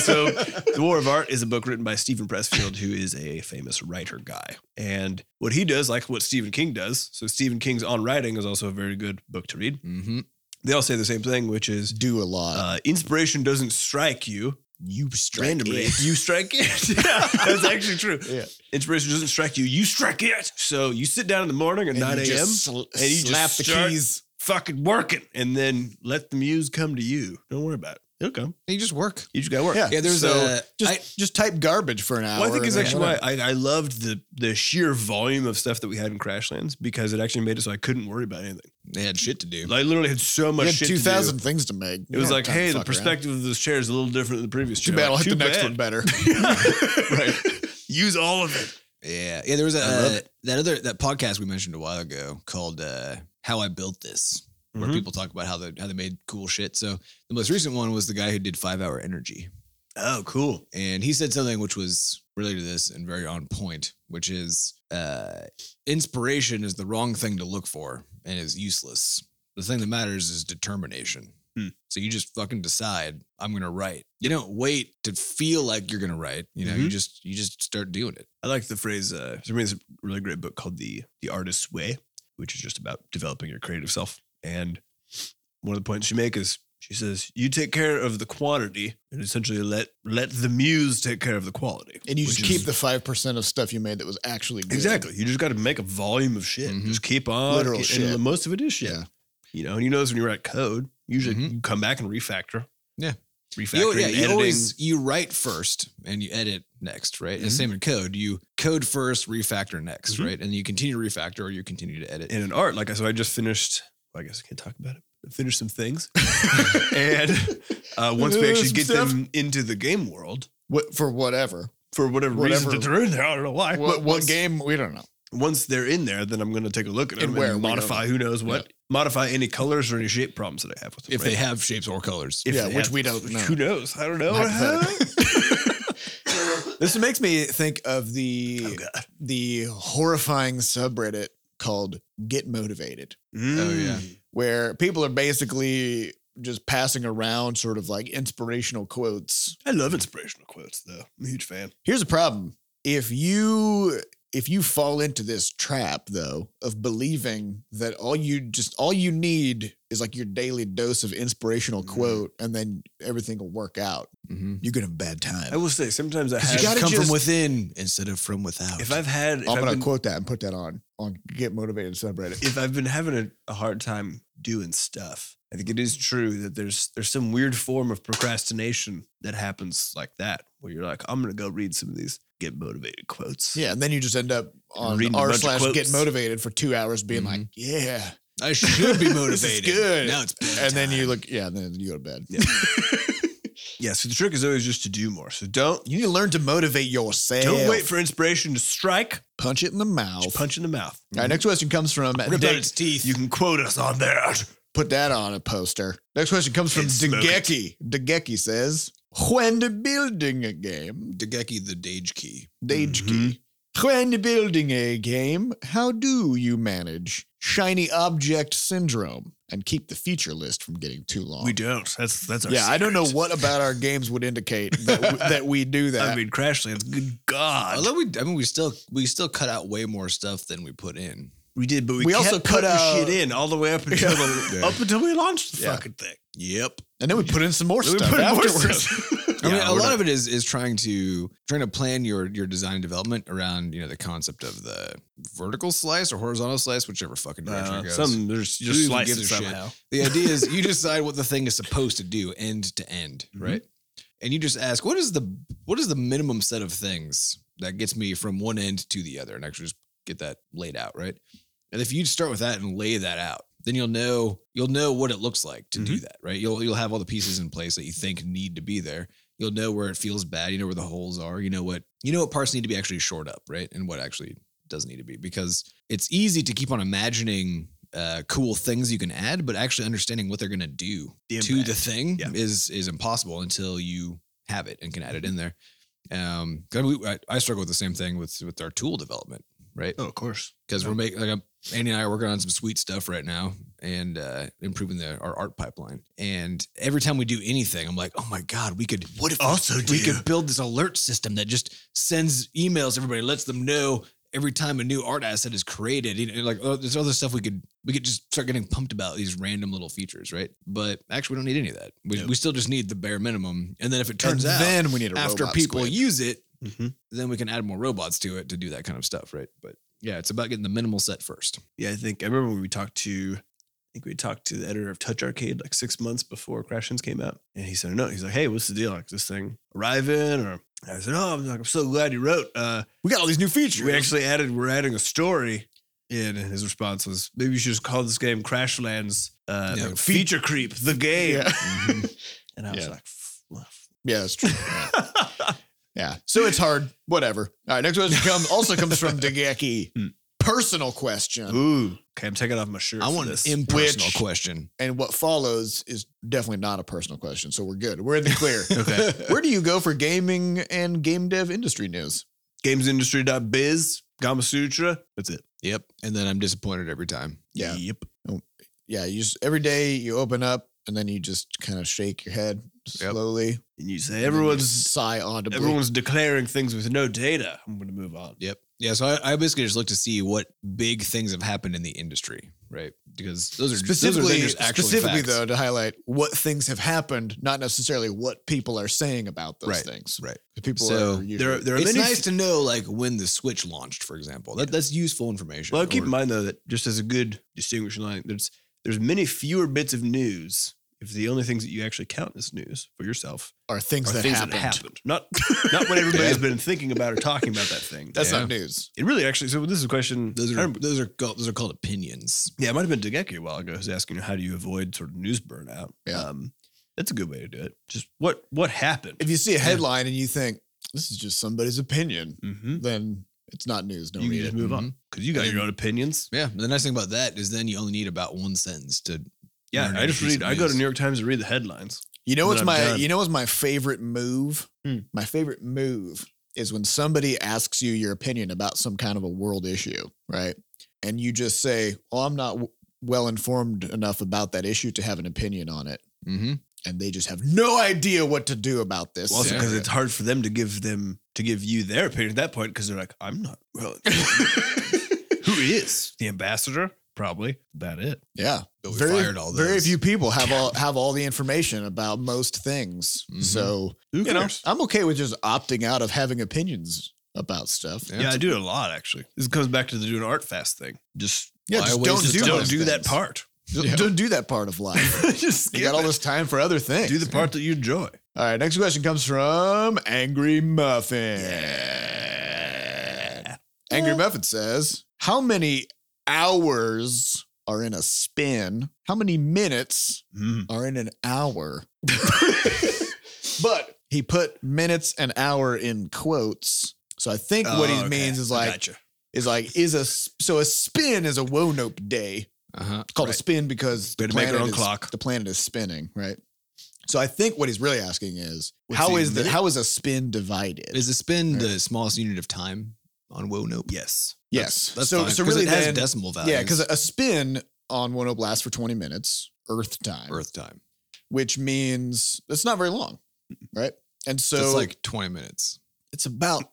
Speaker 2: so, The War of Art is a book written by Stephen Pressfield, who is a famous writer guy. And what he does, like what Stephen King does, so Stephen King's On Writing is also a very good book to read.
Speaker 3: Mm-hmm.
Speaker 2: They all say the same thing, which is
Speaker 1: Do a lot.
Speaker 2: uh, inspiration doesn't strike you
Speaker 1: you strike
Speaker 2: randomly.
Speaker 1: it.
Speaker 2: You strike it. yeah, that's actually true.
Speaker 1: Yeah.
Speaker 2: Inspiration doesn't strike you. You strike it. So you sit down in the morning at
Speaker 1: And you
Speaker 2: 9 a.m.
Speaker 1: just sl-
Speaker 2: and you just
Speaker 1: slap the
Speaker 2: start-
Speaker 1: keys.
Speaker 2: Fucking working, and then let the muse come to you. Don't worry about it. It'll come.
Speaker 3: You just work.
Speaker 2: You just got to work.
Speaker 1: Yeah.
Speaker 3: Yeah, there's
Speaker 2: So,
Speaker 3: a
Speaker 1: Just
Speaker 3: I-
Speaker 1: just type garbage for an hour.
Speaker 2: Well, I think
Speaker 1: and
Speaker 2: is
Speaker 1: then
Speaker 2: actually why
Speaker 1: whatever.
Speaker 2: I, I loved the the sheer volume of stuff that we had in Crashlands because it actually made it so I couldn't worry about anything.
Speaker 3: they had shit to do.
Speaker 2: I literally had so
Speaker 1: you
Speaker 2: much
Speaker 1: had
Speaker 2: shit.
Speaker 1: two
Speaker 2: To
Speaker 1: thousand things to make.
Speaker 2: do. It was like, hey, the perspective of this chair is a little different than the previous
Speaker 1: Too
Speaker 2: chair.
Speaker 1: bad.
Speaker 2: Like,
Speaker 1: I'll hit
Speaker 2: too
Speaker 1: the next
Speaker 2: bad.
Speaker 1: one better.
Speaker 2: right. Use all of it.
Speaker 3: Yeah, yeah. There was a
Speaker 2: I love
Speaker 3: uh, that other that podcast we mentioned a while ago called uh, "How I Built This," where
Speaker 1: Mm-hmm.
Speaker 2: Mhm.
Speaker 3: people talk about how they how they made cool shit. So the most recent one was the guy who did Five Hour Energy,
Speaker 2: Oh, cool.
Speaker 3: and he said something which was related to this and very on point, which is uh, inspiration is the wrong thing to look for and is useless. The thing that matters is determination.
Speaker 2: Hmm.
Speaker 3: So you just fucking decide I'm gonna write. You don't wait to feel like you're gonna write. You know, you just you just start doing it.
Speaker 2: I like the phrase. Uh, somebody has a really great book called the The Artist's Way, which is just about developing your creative self. And one of the points she makes is she says you take care of the quantity and essentially let let the muse take care of the quality.
Speaker 1: and you
Speaker 2: which
Speaker 1: just
Speaker 2: is-
Speaker 1: keep the five percent of stuff you made that was actually good.
Speaker 2: Exactly. You just got to make a volume of shit.
Speaker 3: Mhm.
Speaker 2: Just keep on.
Speaker 1: Mm-hmm. Literal
Speaker 2: and
Speaker 1: shit.
Speaker 2: most of it is shit.
Speaker 1: Yeah. Mm-hmm.
Speaker 2: You know, and you notice when you write code, usually
Speaker 3: Mhm.
Speaker 2: you come back and refactor.
Speaker 3: Yeah.
Speaker 2: Refactor.
Speaker 3: You, yeah,
Speaker 2: and
Speaker 3: you
Speaker 2: editing.
Speaker 3: always you write first and you edit next, right?
Speaker 2: Mhm.
Speaker 3: And same in code, you code first, refactor next,
Speaker 2: Mhm.
Speaker 3: right? And you continue to refactor or you continue to edit.
Speaker 2: in an art. Like I so I just finished. Well, I guess I can't talk about it. I finished some things, and uh, once we
Speaker 1: Uh,
Speaker 2: actually
Speaker 1: some
Speaker 2: get
Speaker 1: stuff.
Speaker 2: them into the game world,
Speaker 1: What, for whatever.
Speaker 2: for whatever, reason
Speaker 1: Whatever.
Speaker 2: that they're in there. I don't know why.
Speaker 1: What,
Speaker 2: But
Speaker 1: what
Speaker 2: once-
Speaker 1: game? We don't know.
Speaker 2: Once they're in there, then I'm going to take a look at
Speaker 1: And
Speaker 2: them and,
Speaker 1: where, we
Speaker 2: modify who knows what, modify any colors or any shape problems that I have with them.
Speaker 3: if
Speaker 2: right?
Speaker 3: they have shapes or colors.
Speaker 2: If
Speaker 1: Yeah,
Speaker 2: they
Speaker 1: which we don't know.
Speaker 2: Who knows? I don't know.
Speaker 1: Oh, This makes me think of the
Speaker 2: oh God.
Speaker 1: the horrifying subreddit called Get Motivated.
Speaker 2: Mm.
Speaker 3: Oh, yeah.
Speaker 1: where people are basically just passing around sort of like inspirational quotes.
Speaker 2: I love inspirational quotes though. I'm a huge fan.
Speaker 1: Here's the problem. If you if you fall into this trap though of believing that all you just all you need is like your daily dose of inspirational
Speaker 2: Mhm.
Speaker 1: quote and then everything will work out,
Speaker 3: Mhm.
Speaker 1: you're gonna have a bad
Speaker 2: I
Speaker 1: time.
Speaker 2: will say sometimes I
Speaker 3: 'Cause you
Speaker 2: have.
Speaker 1: gotta
Speaker 3: gotta come
Speaker 1: just-
Speaker 3: from within instead of from without.
Speaker 2: if I've had, if
Speaker 1: I'm
Speaker 2: I've
Speaker 1: gonna
Speaker 2: been,
Speaker 1: quote that and put that on on Get Motivated subreddit.
Speaker 2: if I've been having a, a hard time doing stuff, I think it is true that there's there's some weird form of procrastination that happens like that, where you're like, I'm gonna go read some of these get motivated quotes.
Speaker 1: Yeah, and then you just end up on
Speaker 2: Reading a
Speaker 1: r
Speaker 2: bunch of
Speaker 1: slash Get
Speaker 2: quotes. Mm-hmm.
Speaker 1: Motivated for two hours, being like, yeah,
Speaker 3: I should be motivated.
Speaker 1: This is good.
Speaker 3: Now it's
Speaker 1: and then
Speaker 3: bedtime.
Speaker 1: you look, yeah, and then you go to bed.
Speaker 2: Yeah. So the trick is always just to do more. So don't
Speaker 1: You need to learn to motivate yourself.
Speaker 2: don't wait for inspiration to strike.
Speaker 1: punch it in the mouth.
Speaker 2: Just punch Mm-hmm. in the mouth.
Speaker 1: All right, next question comes from
Speaker 3: rip out
Speaker 1: Dick-
Speaker 3: its teeth.
Speaker 2: You can quote us on that.
Speaker 1: put that on a poster. Next question comes from
Speaker 2: And smoke it.
Speaker 1: Degeki. Degeki says, "When building a game,
Speaker 3: Degeki the Dage Key.
Speaker 1: Degeki,
Speaker 2: Mm-hmm.
Speaker 1: when building a game, how do you manage shiny object syndrome and keep the feature list from getting too long?"
Speaker 2: We don't. That's that's our
Speaker 1: Oh. yeah, I don't know
Speaker 2: secret.
Speaker 1: what about our games would indicate that w- that we do that.
Speaker 2: I mean, Crashlands. Good
Speaker 3: I
Speaker 2: God,
Speaker 3: love we. I mean, we still we still cut out way more stuff than we put in.
Speaker 2: we did, but we,
Speaker 1: We
Speaker 2: kept
Speaker 1: also cut
Speaker 2: putting
Speaker 1: out-
Speaker 2: shit in all the way up until the,
Speaker 3: Yeah.
Speaker 2: up until we launched the
Speaker 1: Yeah.
Speaker 2: fucking thing.
Speaker 3: Yep.
Speaker 1: and then we put in some more stuff
Speaker 2: in more
Speaker 1: afterwards.
Speaker 2: stuff.
Speaker 3: I mean,
Speaker 1: Yeah,
Speaker 3: a
Speaker 1: we're
Speaker 3: lot
Speaker 1: not-
Speaker 3: of it is is trying to trying to plan your your design and development around you know the concept of the vertical slice or horizontal slice, whichever fucking direction it
Speaker 2: Uh,
Speaker 3: goes.
Speaker 2: some there's
Speaker 3: Who
Speaker 2: just
Speaker 3: even
Speaker 2: slices
Speaker 3: gives a shit?
Speaker 2: somehow.
Speaker 3: The idea is you decide what the thing is supposed to do end to end,
Speaker 2: Mhm.
Speaker 3: right? And you just ask what is the what is the minimum set of things that gets me from one end to the other, and actually just get that laid out, right? And if you start with that and lay that out, then you'll know you'll know what it looks like to
Speaker 2: Mm-hmm.
Speaker 3: do that, right? You'll you'll have all the pieces in place that you think need to be there. You'll know where it feels bad. You know where the holes are. You know what you know what parts need to be actually shored up, right? And what actually doesn't need to be because it's easy to keep on imagining uh, cool things you can add, but actually understanding what they're going to do
Speaker 2: The
Speaker 3: to the
Speaker 2: impact.
Speaker 3: thing
Speaker 2: Yeah.
Speaker 3: is is impossible until you have it and can add it in there. Um, 'cause we, I, I struggle with the same thing with with our tool development, right?
Speaker 2: Oh, of course.
Speaker 3: Because we're making like I'm, Andy and I are working on some sweet stuff right now and uh, improving the our art pipeline. And every time we do anything, I'm like, oh my god, we could
Speaker 2: What if also
Speaker 3: we could build this alert system that just sends emails everybody lets them know every time a new art asset is created you know like oh, there's other stuff we could we could just start getting pumped about these random little features right but actually we don't need any of that we,
Speaker 2: Nope.
Speaker 3: we still just need the bare minimum and then if it turns
Speaker 1: And
Speaker 3: out
Speaker 1: then we need a
Speaker 3: after
Speaker 1: robot
Speaker 3: people
Speaker 1: squid.
Speaker 3: use it then we can add more robots to it to do that kind of stuff right but yeah it's about getting the minimal set first
Speaker 2: Yeah, I think I remember when we talked to. I think we talked to the editor of Touch Arcade like six months before Crashlands came out, and he said, "No, he's like, hey, what's the deal? Like this thing arriving?" Or I said, "Oh, I'm like, I'm so glad you wrote. Uh,
Speaker 1: we got all these new features.
Speaker 2: We actually added we're adding a story. And his response was, maybe you should just call this game Crashlands uh,
Speaker 3: Yeah.
Speaker 2: like, Feature Creep, the game.
Speaker 1: yeah.
Speaker 2: And I was
Speaker 1: Yeah.
Speaker 2: like, "F- f-
Speaker 1: Yeah, that's true. Yeah. Yeah. So it's hard. Whatever. All right. Next question come, also comes from Degeki.
Speaker 2: Hmm.
Speaker 1: Personal question.
Speaker 2: ooh, okay, I'm taking off my shirt.
Speaker 3: i
Speaker 2: for
Speaker 3: want an
Speaker 2: this.
Speaker 3: impersonal
Speaker 1: Which-
Speaker 3: question
Speaker 1: And what follows is definitely not a personal question. So we're good. We're in the clear.
Speaker 2: Okay.
Speaker 1: Where do you go for gaming and game dev industry news?
Speaker 2: Gamesindustry.biz, Gama Sutra. That's it.
Speaker 3: yep and then i'm disappointed every time
Speaker 1: Yeah.
Speaker 2: Yep.
Speaker 1: Yeah. You just, every day you open up and then you just kind of shake your head
Speaker 3: Yep.
Speaker 1: slowly. and
Speaker 2: And you say
Speaker 1: then you
Speaker 2: everyone's
Speaker 1: sigh audibly.
Speaker 2: everyone's declaring things with no data. I'm going to move on.
Speaker 3: Yep. Yeah. So I, I basically just look to see what big things have happened in the industry, right? Because those are those are
Speaker 1: specifically
Speaker 3: then just actual
Speaker 1: specifically
Speaker 3: facts.
Speaker 1: though to highlight what things have happened, not necessarily what people are saying about those
Speaker 3: Right,
Speaker 1: things.
Speaker 3: right.
Speaker 1: People
Speaker 3: So
Speaker 1: are usually-
Speaker 2: There, there are
Speaker 3: It's
Speaker 2: many.
Speaker 3: nice to know like when the Switch launched, for example. That, That's useful information.
Speaker 2: Well, keep
Speaker 3: Or-
Speaker 2: in mind though that just as a good distinguishing line, there's there's many fewer bits of news if the only things that you actually count as news for yourself
Speaker 1: are things,
Speaker 2: are
Speaker 1: that,
Speaker 2: things
Speaker 1: happened.
Speaker 2: that happened, not not what everybody's
Speaker 3: Yeah.
Speaker 2: been thinking about or talking about that thing.
Speaker 1: That's
Speaker 3: Yeah.
Speaker 1: not news.
Speaker 2: it. Really, actually, so this is a question.
Speaker 3: Those
Speaker 2: I
Speaker 3: are
Speaker 2: remember-
Speaker 3: those are called, those are called opinions.
Speaker 2: yeah, it might have been Degeki a while ago who's asking how do you avoid sort of news burnout.
Speaker 1: Yeah.
Speaker 2: Um, that's a good way to do it. Just what what happened.
Speaker 1: If you see a headline and you think, this is just somebody's opinion,
Speaker 2: Mm-hmm.
Speaker 1: then it's not news. Don't
Speaker 2: You can
Speaker 1: read
Speaker 2: just
Speaker 1: it.
Speaker 2: move on because you got your own opinions.
Speaker 3: Yeah. The nice thing about that is then you only need about one sentence to.
Speaker 2: Yeah,
Speaker 3: learn
Speaker 2: I
Speaker 3: every
Speaker 2: just
Speaker 3: piece
Speaker 2: read.
Speaker 3: of
Speaker 2: I go to
Speaker 3: news.
Speaker 2: New York Times and read the headlines.
Speaker 1: You know
Speaker 2: Then
Speaker 1: what's
Speaker 2: I'm
Speaker 1: my
Speaker 2: done.
Speaker 1: you know what's my favorite move?
Speaker 2: Hmm.
Speaker 1: My favorite move is when somebody asks you your opinion about some kind of a world issue, right? And you just say, "Well, I'm not w- well informed enough about that issue to have an opinion on it."
Speaker 3: Mhm.
Speaker 1: And they just have no idea what to do about this.
Speaker 2: Well, also
Speaker 3: Yeah.
Speaker 2: because it's hard for them to give them to give you their opinion at that point because they're like, I'm not well. Who is the ambassador? Probably about it.
Speaker 1: yeah.
Speaker 3: But we fired all
Speaker 1: very
Speaker 3: those.
Speaker 1: few people have all have all the information about most things.
Speaker 2: Mm-hmm.
Speaker 3: Mhm.
Speaker 1: So
Speaker 2: Who
Speaker 1: you know, I'm okay with just opting out of having opinions about stuff.
Speaker 3: Yeah.
Speaker 2: Yeah, I do it a lot actually. This comes back to the doing art fast thing. Just
Speaker 1: Yeah,
Speaker 3: Why
Speaker 1: just
Speaker 3: waste
Speaker 1: don't
Speaker 3: his
Speaker 1: do,
Speaker 3: time?
Speaker 2: don't
Speaker 1: those
Speaker 2: do that
Speaker 1: things.
Speaker 2: part.
Speaker 1: Don't-
Speaker 3: Yeah.
Speaker 1: Don't do that part of life.
Speaker 2: just
Speaker 1: You got all
Speaker 2: skip
Speaker 1: this time for other
Speaker 2: it.
Speaker 1: things.
Speaker 2: Do the part that you enjoy.
Speaker 1: All right, next question comes from Angry Muffin. Angry Muffin says, How many hours are in a spin? How many minutes
Speaker 2: Mm.
Speaker 1: are in an hour? but he put minutes and hour in quotes. So I think what he
Speaker 2: Oh, okay.
Speaker 1: means is
Speaker 2: I
Speaker 1: like
Speaker 2: gotcha.
Speaker 1: is like is a s- so a spin is a Wonope day.
Speaker 3: Uh huh.
Speaker 1: It's called
Speaker 2: Right.
Speaker 1: a spin because
Speaker 2: We had to make our own
Speaker 1: is,
Speaker 2: clock.
Speaker 1: the planet is spinning, right? So I think what he's really asking is
Speaker 2: What's
Speaker 1: how
Speaker 2: the
Speaker 1: is the
Speaker 2: minute?
Speaker 1: how is a spin divided?
Speaker 3: Is the spin
Speaker 1: Right.
Speaker 3: the smallest unit of time on Whoa Nope?
Speaker 2: yes.
Speaker 1: yes.
Speaker 3: That's
Speaker 1: so
Speaker 3: fine,
Speaker 1: so
Speaker 3: 'cause
Speaker 1: really
Speaker 3: it has
Speaker 1: then,
Speaker 3: decimal values.
Speaker 1: yeah, because a spin on one op lasts for 20 minutes Earth time,
Speaker 3: Earth time.
Speaker 1: which means it's not very long, right? And so
Speaker 3: So it's like 20 minutes.
Speaker 1: it's about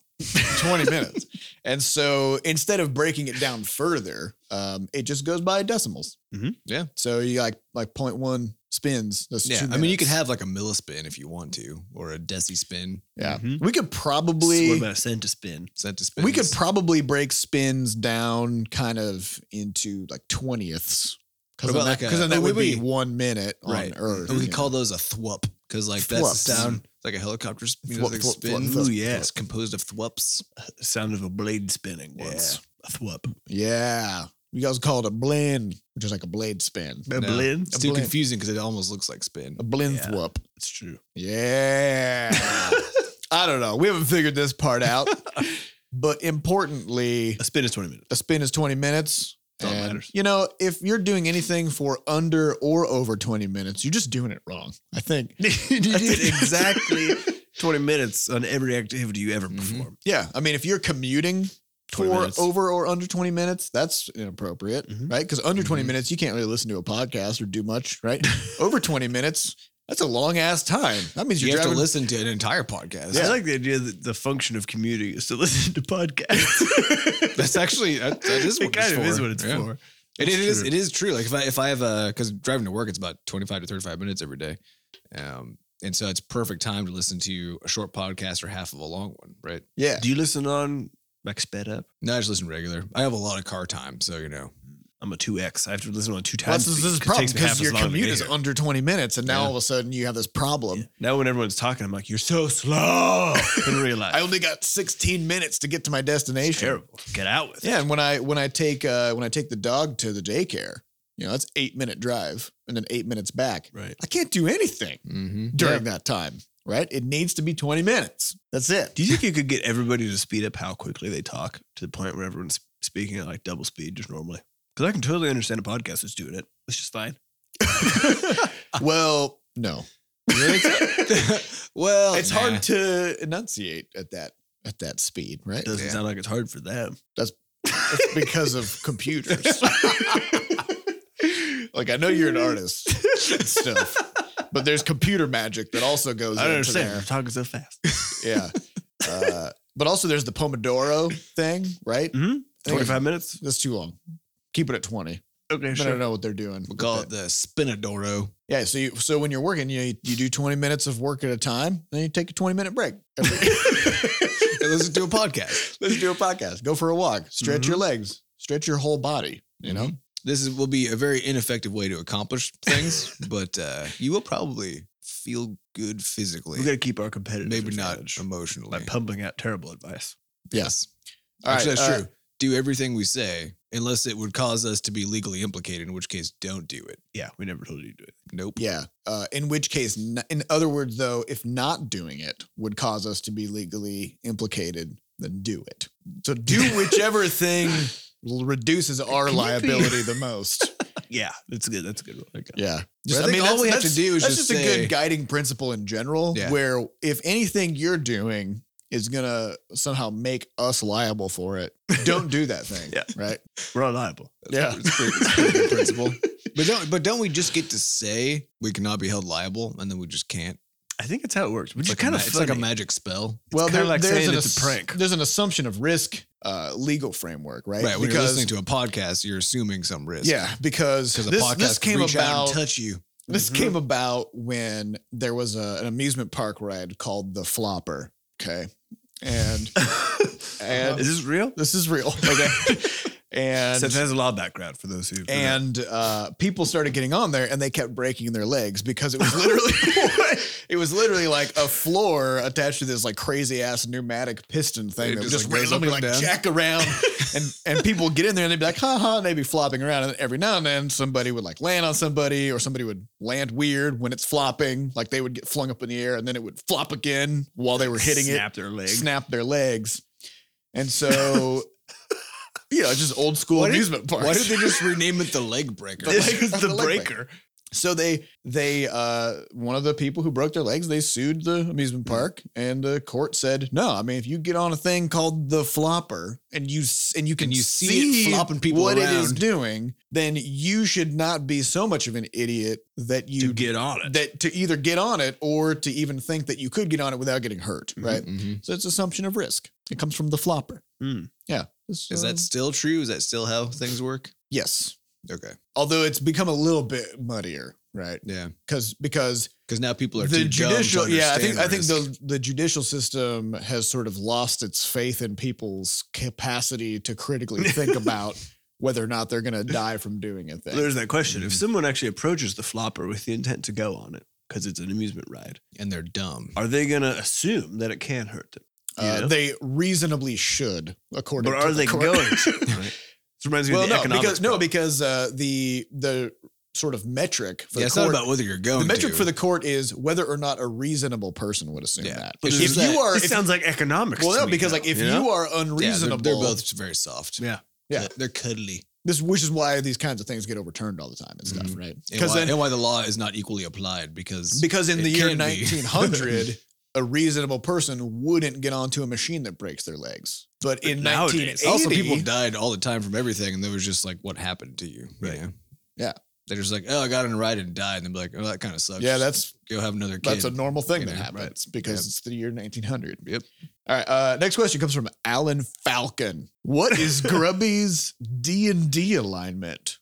Speaker 1: 20 minutes. And so instead of breaking it down further, um, it just goes by decimals.
Speaker 2: Mhm.
Speaker 3: Yeah.
Speaker 1: So you like like 0.1 spins. That's
Speaker 3: Yeah.
Speaker 1: two
Speaker 3: I mean, you could
Speaker 1: minutes.
Speaker 3: have like a millispin if you want to, or a deci spin,
Speaker 1: Yeah.
Speaker 2: Mhm.
Speaker 1: We could
Speaker 2: what
Speaker 1: probably
Speaker 2: about a cent to spin?
Speaker 3: cent to spin.
Speaker 1: we could probably break spins down kind of into like twentieths. Because then,
Speaker 3: What about
Speaker 1: that,
Speaker 3: like a-
Speaker 1: 'cause then that
Speaker 3: oh,
Speaker 1: would
Speaker 3: wait,
Speaker 1: be
Speaker 3: wait.
Speaker 1: one minute on
Speaker 3: Right.
Speaker 1: Earth.
Speaker 3: And we
Speaker 1: you
Speaker 3: could
Speaker 1: know.
Speaker 3: call those a thwup because like that's the
Speaker 1: Thwups.
Speaker 3: sound it's like a helicopter sp- you know,
Speaker 1: Thwup,
Speaker 3: like
Speaker 1: thwup,
Speaker 3: spin.
Speaker 1: thwup, thwup,
Speaker 3: Ooh,
Speaker 2: thwup.
Speaker 3: yeah, it's composed of thwups.
Speaker 2: The sound of a blade spinning once. A thwup.
Speaker 1: yeah. You guys call it a blend, which is like a blade spin.
Speaker 2: A
Speaker 3: No.
Speaker 2: blend?
Speaker 3: It's too
Speaker 1: blend.
Speaker 3: confusing because it almost looks like spin.
Speaker 1: A blend
Speaker 2: Yeah.
Speaker 1: thwup.
Speaker 2: It's true.
Speaker 1: Yeah. I don't know. We haven't figured this part out. but importantly,
Speaker 2: A spin is 20 minutes.
Speaker 1: a spin is 20 minutes.
Speaker 2: That's all that
Speaker 1: And,
Speaker 2: matters.
Speaker 1: You know, if you're doing anything for under or over 20 minutes, you're just doing it wrong. I think.
Speaker 2: I did exactly 20 minutes on every activity you ever
Speaker 3: Mhm.
Speaker 2: perform.
Speaker 1: Yeah. I mean, if you're commuting
Speaker 2: 20
Speaker 1: for
Speaker 2: minutes.
Speaker 1: over or under 20 minutes, that's inappropriate,
Speaker 2: Mhm.
Speaker 1: right? Because under 20
Speaker 3: Mhm.
Speaker 1: minutes, you can't really listen to a podcast or do much, right? over 20 minutes, that's a long ass time. That means
Speaker 3: You
Speaker 1: you're
Speaker 3: have
Speaker 1: driving.
Speaker 3: to listen to an entire podcast.
Speaker 2: I like the idea that the function of commuting is to listen to podcasts.
Speaker 3: That's actually that, that is what
Speaker 2: it kind
Speaker 3: it's
Speaker 2: of
Speaker 3: for.
Speaker 2: is what it's
Speaker 3: Yeah.
Speaker 2: for.
Speaker 3: It, it
Speaker 2: That's
Speaker 3: is
Speaker 2: true.
Speaker 3: it is true. Like if I if I have a because driving to work it's about twenty five to thirty five minutes every day, um, and so it's perfect time to listen to a short podcast or half of a long one, right?
Speaker 1: yeah.
Speaker 2: Do you listen on like sped up?
Speaker 3: No, I just listen regular. I have a lot of car time, so you know.
Speaker 2: I'm a 2X. I have to listen on two
Speaker 1: Well,
Speaker 2: times.
Speaker 1: this, is- this is
Speaker 2: speed
Speaker 1: a
Speaker 2: 'cause it
Speaker 1: problem
Speaker 2: takes me half
Speaker 1: because
Speaker 2: as
Speaker 1: your
Speaker 2: long to
Speaker 1: commute
Speaker 2: get
Speaker 1: is
Speaker 2: here.
Speaker 1: under 20 minutes, and now
Speaker 3: Yeah.
Speaker 1: all of a sudden you have this problem.
Speaker 2: Now when everyone's talking, I'm like, you're so slow in real life.
Speaker 1: I only got 16 minutes to get to my destination.
Speaker 2: terrible. Get out with
Speaker 1: Yeah,
Speaker 2: it.
Speaker 1: and when I when I take uh, when I take the dog to the daycare, you know, that's eight minute drive and then eight minutes back.
Speaker 2: Right.
Speaker 1: I can't do anything
Speaker 3: Mm-hmm.
Speaker 1: during that time, right? It needs to be 20 minutes. That's it.
Speaker 2: Do you think you could get everybody to speed up how quickly they talk to the point where everyone's speaking at like double speed just normally? Because I can totally understand a podcast that's doing it. It's just fine.
Speaker 1: well, no.
Speaker 3: well,
Speaker 1: it's
Speaker 3: nah.
Speaker 1: hard to enunciate at that at that speed, right?
Speaker 2: It doesn't
Speaker 3: Yeah.
Speaker 2: sound like it's hard for them.
Speaker 1: It's because of computers. like I know you're an artist and stuff, but there's computer magic that also goes
Speaker 2: I
Speaker 1: into
Speaker 2: don't understand.
Speaker 1: there.
Speaker 2: They're talking so fast.
Speaker 1: Yeah. Uh, but also there's the Pomodoro thing, right?
Speaker 2: Mm-hmm.
Speaker 1: I think
Speaker 2: 25 minutes?
Speaker 1: That's too long. Keep it at 20.
Speaker 2: Okay,
Speaker 1: Then I don't know what they're doing.
Speaker 3: We call it the spinadoro.
Speaker 1: Yeah. So you, so when you're working, you, know, you do 20 minutes of work at a time, then you take a 20 minute break.
Speaker 3: And listen to a podcast.
Speaker 1: Let's do a podcast. Go for a walk. Stretch
Speaker 3: Mm-hmm.
Speaker 1: your legs. Stretch your whole body. You know?
Speaker 3: This is, will be a very ineffective way to accomplish things, but uh, you will probably feel good physically.
Speaker 2: We got to keep our competitive
Speaker 3: Maybe not
Speaker 2: advantage
Speaker 3: emotionally.
Speaker 2: by pumping out terrible advice.
Speaker 1: Yeah.
Speaker 3: Yes.
Speaker 1: All right,
Speaker 3: Actually, that's
Speaker 1: uh,
Speaker 3: true. Do everything we say unless it would cause us to be legally implicated, in which case, don't do it.
Speaker 2: Yeah, we never told you to do it.
Speaker 3: Nope.
Speaker 1: Yeah. Uh, in which case, n- in other words, though, if not doing it would cause us to be legally implicated, then do it. So do whichever thing l- reduces our liability the most.
Speaker 2: Yeah, that's good. That's a good one. Okay.
Speaker 1: Yeah.
Speaker 3: Just- I think all
Speaker 1: that's-
Speaker 3: we have to
Speaker 1: that's-
Speaker 3: do is
Speaker 1: that's
Speaker 3: just
Speaker 1: just a
Speaker 3: say-
Speaker 1: good guiding principle in general,
Speaker 3: Yeah.
Speaker 1: where if anything you're doing is gonna somehow make us liable for it, don't do that thing.
Speaker 2: Yeah.
Speaker 1: Right.
Speaker 2: We're all liable.
Speaker 1: yeah.
Speaker 3: It's pretty, it's pretty good principle. But don't but don't we just get to say we cannot be held liable and then we just can't?
Speaker 2: I think that's how it works. Which
Speaker 3: It's
Speaker 2: is
Speaker 3: like
Speaker 2: kind
Speaker 3: a,
Speaker 2: of
Speaker 3: ma- it's
Speaker 2: funny.
Speaker 3: like a magic spell.
Speaker 1: well,
Speaker 2: kinda
Speaker 1: there,
Speaker 2: like
Speaker 1: there's
Speaker 2: saying
Speaker 1: an
Speaker 2: it's a
Speaker 1: ass-
Speaker 2: prank.
Speaker 1: There's an assumption of risk, uh, legal framework, right?
Speaker 3: Right. when you're listening to a podcast, you're assuming some risk.
Speaker 1: yeah, because
Speaker 3: Because a
Speaker 1: this,
Speaker 3: podcast
Speaker 1: this
Speaker 3: could
Speaker 1: came
Speaker 3: reach out and
Speaker 1: about.
Speaker 3: touch you.
Speaker 1: This
Speaker 2: Mhm.
Speaker 1: came about when there was a, an amusement park ride called the Flopper. Okay, and and
Speaker 2: is this real?
Speaker 1: this is real. Okay, and
Speaker 2: Seth has a law background for those who
Speaker 1: and uh, people started getting on there and they kept breaking their legs because it was literally it was literally like a floor attached to this like crazy ass pneumatic piston thing
Speaker 3: It
Speaker 1: that would
Speaker 3: just,
Speaker 1: just
Speaker 3: like, goes
Speaker 1: randomly
Speaker 3: up
Speaker 1: like
Speaker 3: and down.
Speaker 1: jack around and and people would get in there and they'd be like ha ha and they'd be flopping around and every now and then somebody would like land on somebody or somebody would land weird when it's flopping like they would get flung up in the air and then it would flop again while they were hitting it
Speaker 2: snap their leg.
Speaker 1: snap their legs and so. Yeah, just old school
Speaker 3: Why did-
Speaker 1: amusement park.
Speaker 3: Why did they just rename it the leg breaker?
Speaker 1: The
Speaker 2: This
Speaker 1: leg-
Speaker 2: is
Speaker 1: the
Speaker 2: the
Speaker 1: leg break.
Speaker 2: breaker.
Speaker 1: So they they uh one of the people who broke their legs they sued the amusement
Speaker 3: Mm-hmm.
Speaker 1: park and the court said no I mean if you get on a thing called the flopper and you s- and you can
Speaker 3: And you see it flopping people
Speaker 1: what it is
Speaker 3: around.
Speaker 1: doing then you should not be so much of an idiot that you
Speaker 2: to get on it.
Speaker 1: that to either get on it or to even think that you could get on it without getting hurt right
Speaker 3: Mhm.
Speaker 1: so it's assumption of risk it comes from the flopper
Speaker 2: Hmm.
Speaker 1: yeah
Speaker 3: Mm. Is that
Speaker 1: So-
Speaker 3: still true? Is that still how things work?
Speaker 1: yes
Speaker 3: Okay.
Speaker 1: although it's become a little bit muddier right
Speaker 3: Yeah.
Speaker 1: because because
Speaker 3: Because now people are
Speaker 1: the
Speaker 3: too
Speaker 1: judicial
Speaker 3: Dumb to
Speaker 1: yeah i think
Speaker 3: understand
Speaker 1: i think
Speaker 3: risk.
Speaker 1: the the judicial system has sort of lost its faith in people's capacity to critically think about whether or not they're going to die from doing a thing
Speaker 2: There's that question. If
Speaker 1: Mm-hmm.
Speaker 3: Mhm.
Speaker 2: someone actually approaches the flopper with the intent to go on it because it's an amusement ride,
Speaker 3: and they're dumb.
Speaker 2: are they going to assume that it can hurt them?
Speaker 1: uh,
Speaker 2: Yeah.
Speaker 1: they reasonably should according
Speaker 2: But
Speaker 1: to
Speaker 2: are
Speaker 1: the
Speaker 2: they
Speaker 1: court.
Speaker 2: going to? Right? This reminds me
Speaker 1: well
Speaker 2: of the
Speaker 1: no
Speaker 2: economics.
Speaker 1: because no
Speaker 2: part.
Speaker 1: because uh, the the sort of metric for
Speaker 3: yeah,
Speaker 1: the
Speaker 3: it's
Speaker 1: court
Speaker 3: not about whether you're going.
Speaker 1: the metric
Speaker 3: to.
Speaker 1: for the court is whether or not a reasonable person would assume
Speaker 3: Yeah.
Speaker 1: that
Speaker 3: But
Speaker 1: if
Speaker 3: there's
Speaker 1: you
Speaker 3: that-
Speaker 1: are
Speaker 2: This
Speaker 1: if-
Speaker 2: sounds like economics.
Speaker 1: well no
Speaker 2: to me
Speaker 1: because
Speaker 2: now,
Speaker 1: like if
Speaker 2: know?
Speaker 1: you are
Speaker 3: yeah, they're,
Speaker 1: unreasonable
Speaker 3: they're both very soft.
Speaker 2: Yeah.
Speaker 1: Yeah.
Speaker 3: They're- they're cuddly.
Speaker 1: This, which is why these kinds of things get overturned all the time and stuff,
Speaker 3: Mhm.
Speaker 1: right?
Speaker 3: And
Speaker 1: Because
Speaker 3: why,
Speaker 1: then,
Speaker 3: and why the law is not equally applied because
Speaker 1: because in
Speaker 3: it
Speaker 1: the year
Speaker 3: can be.
Speaker 1: 1900, a reasonable person wouldn't get onto a machine that breaks their legs. But in
Speaker 2: nowadays-
Speaker 1: 1980,
Speaker 3: also people died all the time from everything, and there was just like what happened to you,
Speaker 2: Right.
Speaker 3: You know?
Speaker 1: Yeah.
Speaker 3: They're just like, oh, I got in a ride and died, and they're like, oh, that kind of sucks.
Speaker 1: yeah, that's
Speaker 3: go have another kid.
Speaker 1: that's a normal thing
Speaker 3: You
Speaker 1: that
Speaker 3: know,
Speaker 1: happens
Speaker 3: right.
Speaker 1: because
Speaker 3: Yep.
Speaker 1: it's the year 1900.
Speaker 3: Yep.
Speaker 1: All right. Uh, next question comes from Alan Falcon. What is Grubby's D and D alignment?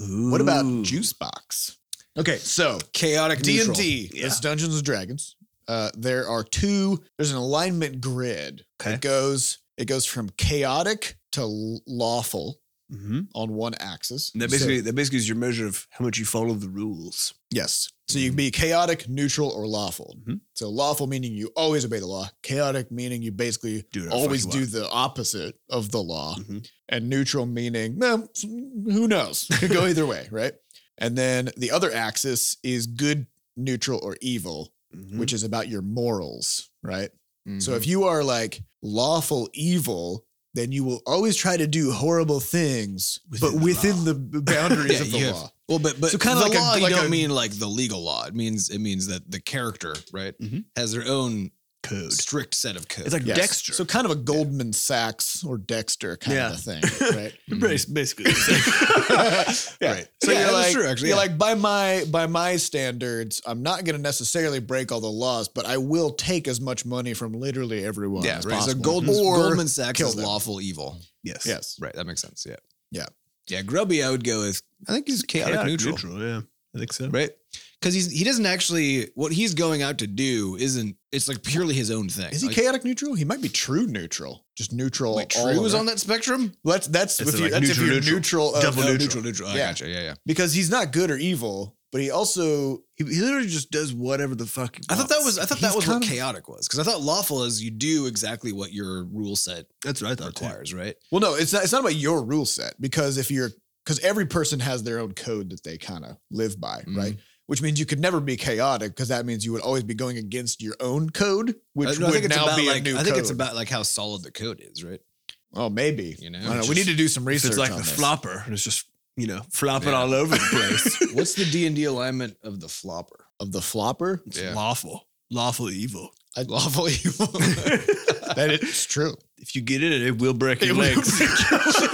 Speaker 1: What about
Speaker 2: Ooh.
Speaker 1: Juice Box? Okay, so
Speaker 3: chaotic
Speaker 1: D and
Speaker 3: neutral.
Speaker 1: D
Speaker 2: Yeah.
Speaker 1: is Dungeons and Dragons. Uh, there are two. There's an alignment grid.
Speaker 2: Okay.
Speaker 1: It goes. It goes from chaotic to l- lawful
Speaker 2: Mhm.
Speaker 1: on one axis.
Speaker 2: That
Speaker 1: So-
Speaker 2: basically that basically is your measure of how much you follow the rules.
Speaker 1: yes. So you can be chaotic, neutral, or lawful.
Speaker 2: Mhm.
Speaker 1: So lawful meaning you always obey the law. Chaotic meaning you basically
Speaker 2: Do it
Speaker 1: always do the opposite of the law.
Speaker 2: Mhm.
Speaker 1: And neutral meaning, well, who knows? Could go either way, right? And then the other axis is good, neutral, or evil.
Speaker 2: Mm-hmm.
Speaker 1: which is about your morals, right? So
Speaker 3: Mm-hmm.
Speaker 1: if you are like lawful evil, then you will always try to do horrible things,
Speaker 2: Within
Speaker 1: but
Speaker 2: the
Speaker 1: within
Speaker 2: law.
Speaker 1: the b- boundaries
Speaker 3: Yeah,
Speaker 1: of the
Speaker 3: you have-
Speaker 1: law.
Speaker 3: well, but but
Speaker 1: So
Speaker 3: kind
Speaker 1: kinda
Speaker 3: of
Speaker 1: like a-
Speaker 3: law,
Speaker 1: like
Speaker 3: you don't
Speaker 1: a-
Speaker 3: mean like the legal law. It means it means that the character right
Speaker 2: Mhm.
Speaker 3: has their own
Speaker 2: code.
Speaker 3: strict set of codes.
Speaker 2: It's like
Speaker 1: Yes.
Speaker 2: Dexter.
Speaker 1: So kind of a Goldman Sachs or Dexter kind
Speaker 2: Yeah.
Speaker 1: of thing, right?
Speaker 3: Mhm.
Speaker 2: Bas- basically. the same.
Speaker 1: Yeah.
Speaker 3: Right.
Speaker 1: So you're
Speaker 3: Yeah, that's
Speaker 1: like,
Speaker 3: true, actually,
Speaker 1: you're
Speaker 3: yeah.
Speaker 1: like by my by my standards, I'm not going to necessarily break all the laws, but I will take as much money from literally everyone.
Speaker 3: yeah,
Speaker 1: as
Speaker 3: right. So
Speaker 1: possible.
Speaker 3: Goldman,
Speaker 1: Or-
Speaker 3: Goldman Sachs
Speaker 1: kill
Speaker 3: is
Speaker 1: them.
Speaker 3: lawful evil.
Speaker 2: yes.
Speaker 1: Yes.
Speaker 3: Right. That makes sense. Yeah.
Speaker 1: Yeah.
Speaker 3: Yeah. Grubby, I would go with. I think he's chaotic,
Speaker 2: Chaotic
Speaker 3: neutral,
Speaker 2: Yeah. I think so.
Speaker 3: right? Because he's he doesn't actually what he's going out to do isn't. It's like purely his own thing.
Speaker 1: Is he
Speaker 3: Like,
Speaker 1: chaotic neutral? He might be true neutral, just neutral.
Speaker 3: Wait,
Speaker 1: all
Speaker 3: True is
Speaker 1: around.
Speaker 3: on that spectrum.
Speaker 1: Well, That's that's
Speaker 2: It's
Speaker 1: if you,
Speaker 2: like
Speaker 1: that's if
Speaker 2: neutral,
Speaker 1: you're
Speaker 2: neutral.
Speaker 1: neutral, of-
Speaker 2: Double
Speaker 1: of
Speaker 3: Oh,
Speaker 2: neutral.
Speaker 3: neutral, neutral. I
Speaker 1: Yeah.
Speaker 3: gotcha. Yeah, yeah.
Speaker 1: because he's not good or evil, but he also
Speaker 2: He, he literally just does whatever the fuck. He
Speaker 3: I thought that was I thought that
Speaker 1: He's
Speaker 3: was what
Speaker 1: kinda-
Speaker 3: chaotic was because I thought lawful is you do exactly what your rule set
Speaker 2: that's what I thought. too.
Speaker 3: requires, right?
Speaker 1: well, no, it's not. It's not about your rule set because if you're because every person has their own code that they kind of live by,
Speaker 3: Mhm.
Speaker 1: right? Which means you could never be chaotic because that means you would always be going against your own code, which
Speaker 3: I, Uh, no, I
Speaker 1: would
Speaker 3: think it's
Speaker 1: now
Speaker 3: about
Speaker 1: be
Speaker 3: like
Speaker 1: a new
Speaker 3: I think
Speaker 1: code.
Speaker 3: it's about like how solid the code is, right?
Speaker 1: oh, maybe
Speaker 3: You know,
Speaker 1: I don't know.
Speaker 3: it's
Speaker 1: we need
Speaker 3: just-
Speaker 1: to do some
Speaker 2: If
Speaker 1: research.
Speaker 2: it's like
Speaker 1: on
Speaker 2: the
Speaker 1: this.
Speaker 2: flopper, and it's just you know flopping
Speaker 3: Yeah.
Speaker 2: all over the place.
Speaker 3: What's the D and D alignment of the flopper?
Speaker 1: of the flopper.
Speaker 2: It's
Speaker 3: Yeah.
Speaker 2: lawful, lawful evil.
Speaker 1: I, lawful evil. that is true,
Speaker 2: If you get in it, it will break
Speaker 1: It
Speaker 2: your
Speaker 1: will
Speaker 2: legs.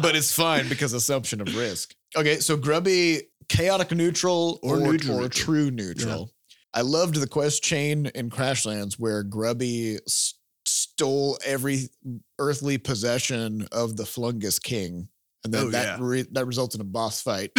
Speaker 1: but it's fine because assumption of risk. Okay, so grubby, chaotic neutral
Speaker 2: Or
Speaker 1: or,
Speaker 2: neutral
Speaker 1: or
Speaker 2: neutral.
Speaker 1: true neutral. I loved the quest chain in Crashlands where Grubby s- stole every earthly possession of the Flungus King, and then
Speaker 2: Oh,
Speaker 1: that
Speaker 2: yeah.
Speaker 1: re- that results in a boss fight.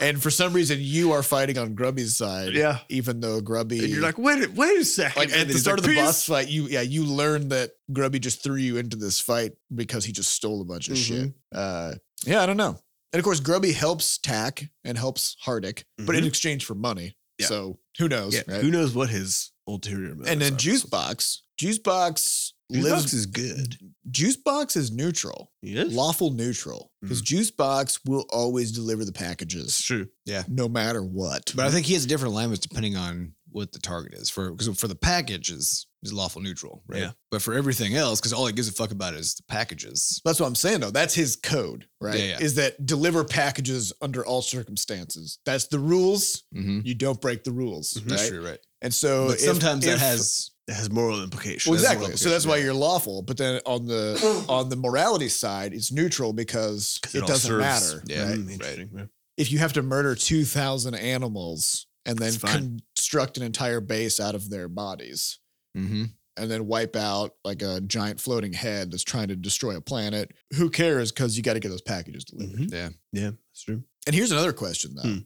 Speaker 1: and for some reason, you are fighting on Grubby's side,
Speaker 2: yeah,
Speaker 1: even though Grubby
Speaker 2: and you're like, wait, a- wait a second.
Speaker 1: like at
Speaker 2: And
Speaker 1: the
Speaker 2: he's
Speaker 1: start
Speaker 2: like,
Speaker 1: of the
Speaker 2: "Peace."
Speaker 1: boss fight, you yeah, you learn that Grubby just threw you into this fight because he just stole a bunch of
Speaker 2: Mm-hmm.
Speaker 1: shit. Uh, yeah, I don't know. And of course, Grubby helps Tack and helps Hardik, but in exchange for money.
Speaker 2: Mm-hmm. Yeah.
Speaker 1: So who knows?
Speaker 2: Yeah,
Speaker 1: right?
Speaker 2: who knows what his ulterior motives
Speaker 1: and then
Speaker 2: are.
Speaker 1: Juicebox, Juicebox
Speaker 2: Juice
Speaker 1: lives.
Speaker 2: Box is good.
Speaker 1: Juicebox is neutral,
Speaker 2: Yes,
Speaker 1: lawful neutral, because
Speaker 2: Mm-hmm.
Speaker 1: Juicebox will always deliver the packages,
Speaker 2: it's true.
Speaker 1: no matter what.
Speaker 3: But I think he has different alignments depending on what the target is. For because for the packages is lawful neutral, right?
Speaker 2: Yeah.
Speaker 3: But for everything else, because all he gives a fuck about is the packages.
Speaker 1: That's what I'm saying though. That's his code, right?
Speaker 3: Yeah, yeah.
Speaker 1: Is that deliver packages under all circumstances. That's the rules.
Speaker 3: Mm-hmm.
Speaker 1: You don't break the rules,
Speaker 2: Mhm.
Speaker 1: right?
Speaker 3: That's true, right?
Speaker 1: And so
Speaker 3: but
Speaker 1: if-
Speaker 3: sometimes
Speaker 1: if-
Speaker 3: that has
Speaker 2: It has moral implications.
Speaker 1: well,
Speaker 3: that's
Speaker 1: exactly.
Speaker 3: moral
Speaker 1: so that's why
Speaker 3: implications,
Speaker 1: you're lawful, but then on
Speaker 3: Mm.
Speaker 1: the on the morality side, it's neutral because
Speaker 2: 'Cause
Speaker 1: it,
Speaker 2: all
Speaker 1: doesn't
Speaker 2: serves-
Speaker 1: matter.
Speaker 3: Yeah.
Speaker 1: right?
Speaker 2: Mm, interesting, yeah.
Speaker 1: If you have to murder two thousand animals and then
Speaker 2: It's fine.
Speaker 1: construct an entire base out of their bodies,
Speaker 3: hmm
Speaker 1: and then wipe out like a giant floating head that's trying to destroy a planet, who cares? Because you got to get those packages delivered.
Speaker 2: Mhm.
Speaker 3: Yeah.
Speaker 2: yeah, that's true.
Speaker 1: And here's another question though.
Speaker 2: Hmm.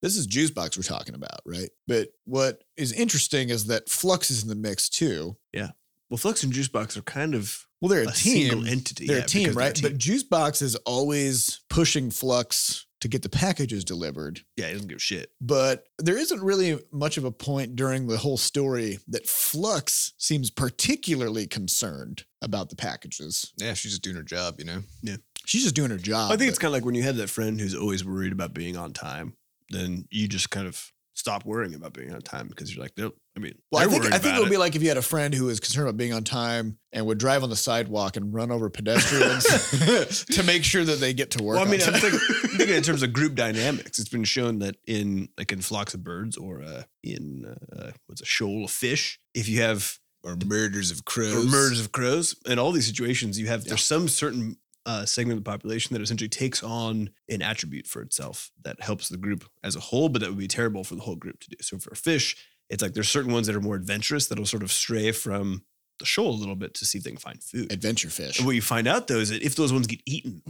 Speaker 1: This is Juicebox we're talking about, right? But what is interesting is that Flux is in the mix too.
Speaker 2: Well, Flux and Juicebox are kind of
Speaker 1: Well, they're a,
Speaker 2: a,
Speaker 1: team.
Speaker 2: single entity.
Speaker 1: they're
Speaker 2: yeah,
Speaker 1: a team,
Speaker 2: because they're
Speaker 1: right? But Juicebox is always pushing Flux to get the packages delivered.
Speaker 2: yeah, he doesn't give a shit.
Speaker 1: But there isn't really much of a point during the whole story that Flux seems particularly concerned about the packages.
Speaker 3: Yeah, she's just doing her job, you know.
Speaker 1: She's just doing her job.
Speaker 2: I think it's
Speaker 1: but-
Speaker 2: kind of like when you have that friend who's always worried about being on time, then you just kind of stop worrying about being on time because you're like, nope. I mean,
Speaker 1: Well, I
Speaker 2: they're
Speaker 1: think
Speaker 2: worried
Speaker 1: I think
Speaker 2: about
Speaker 1: it would
Speaker 2: it.
Speaker 1: be like if you had a friend who was concerned about being on time and would drive on the sidewalk and run over pedestrians to make sure that they get to work.
Speaker 2: Well, I mean, uh,
Speaker 1: on
Speaker 2: I'm
Speaker 1: time.
Speaker 2: thinking, I'm thinking in terms of group dynamics, it's been shown that in like in flocks of birds or uh, in uh, what's a shoal of fish, if you have
Speaker 3: Or murders of crows.
Speaker 2: or murders of crows, in all these situations, you have there's some certain uh, segment of the population that essentially takes on an attribute for itself that helps the group as a whole, but that would be terrible for the whole group to do. So for fish, it's like there's certain ones that are more adventurous that'll sort of stray from the shoal a little bit to see if they can find food.
Speaker 1: adventure fish.
Speaker 2: And what you find out though is that if those ones get eaten,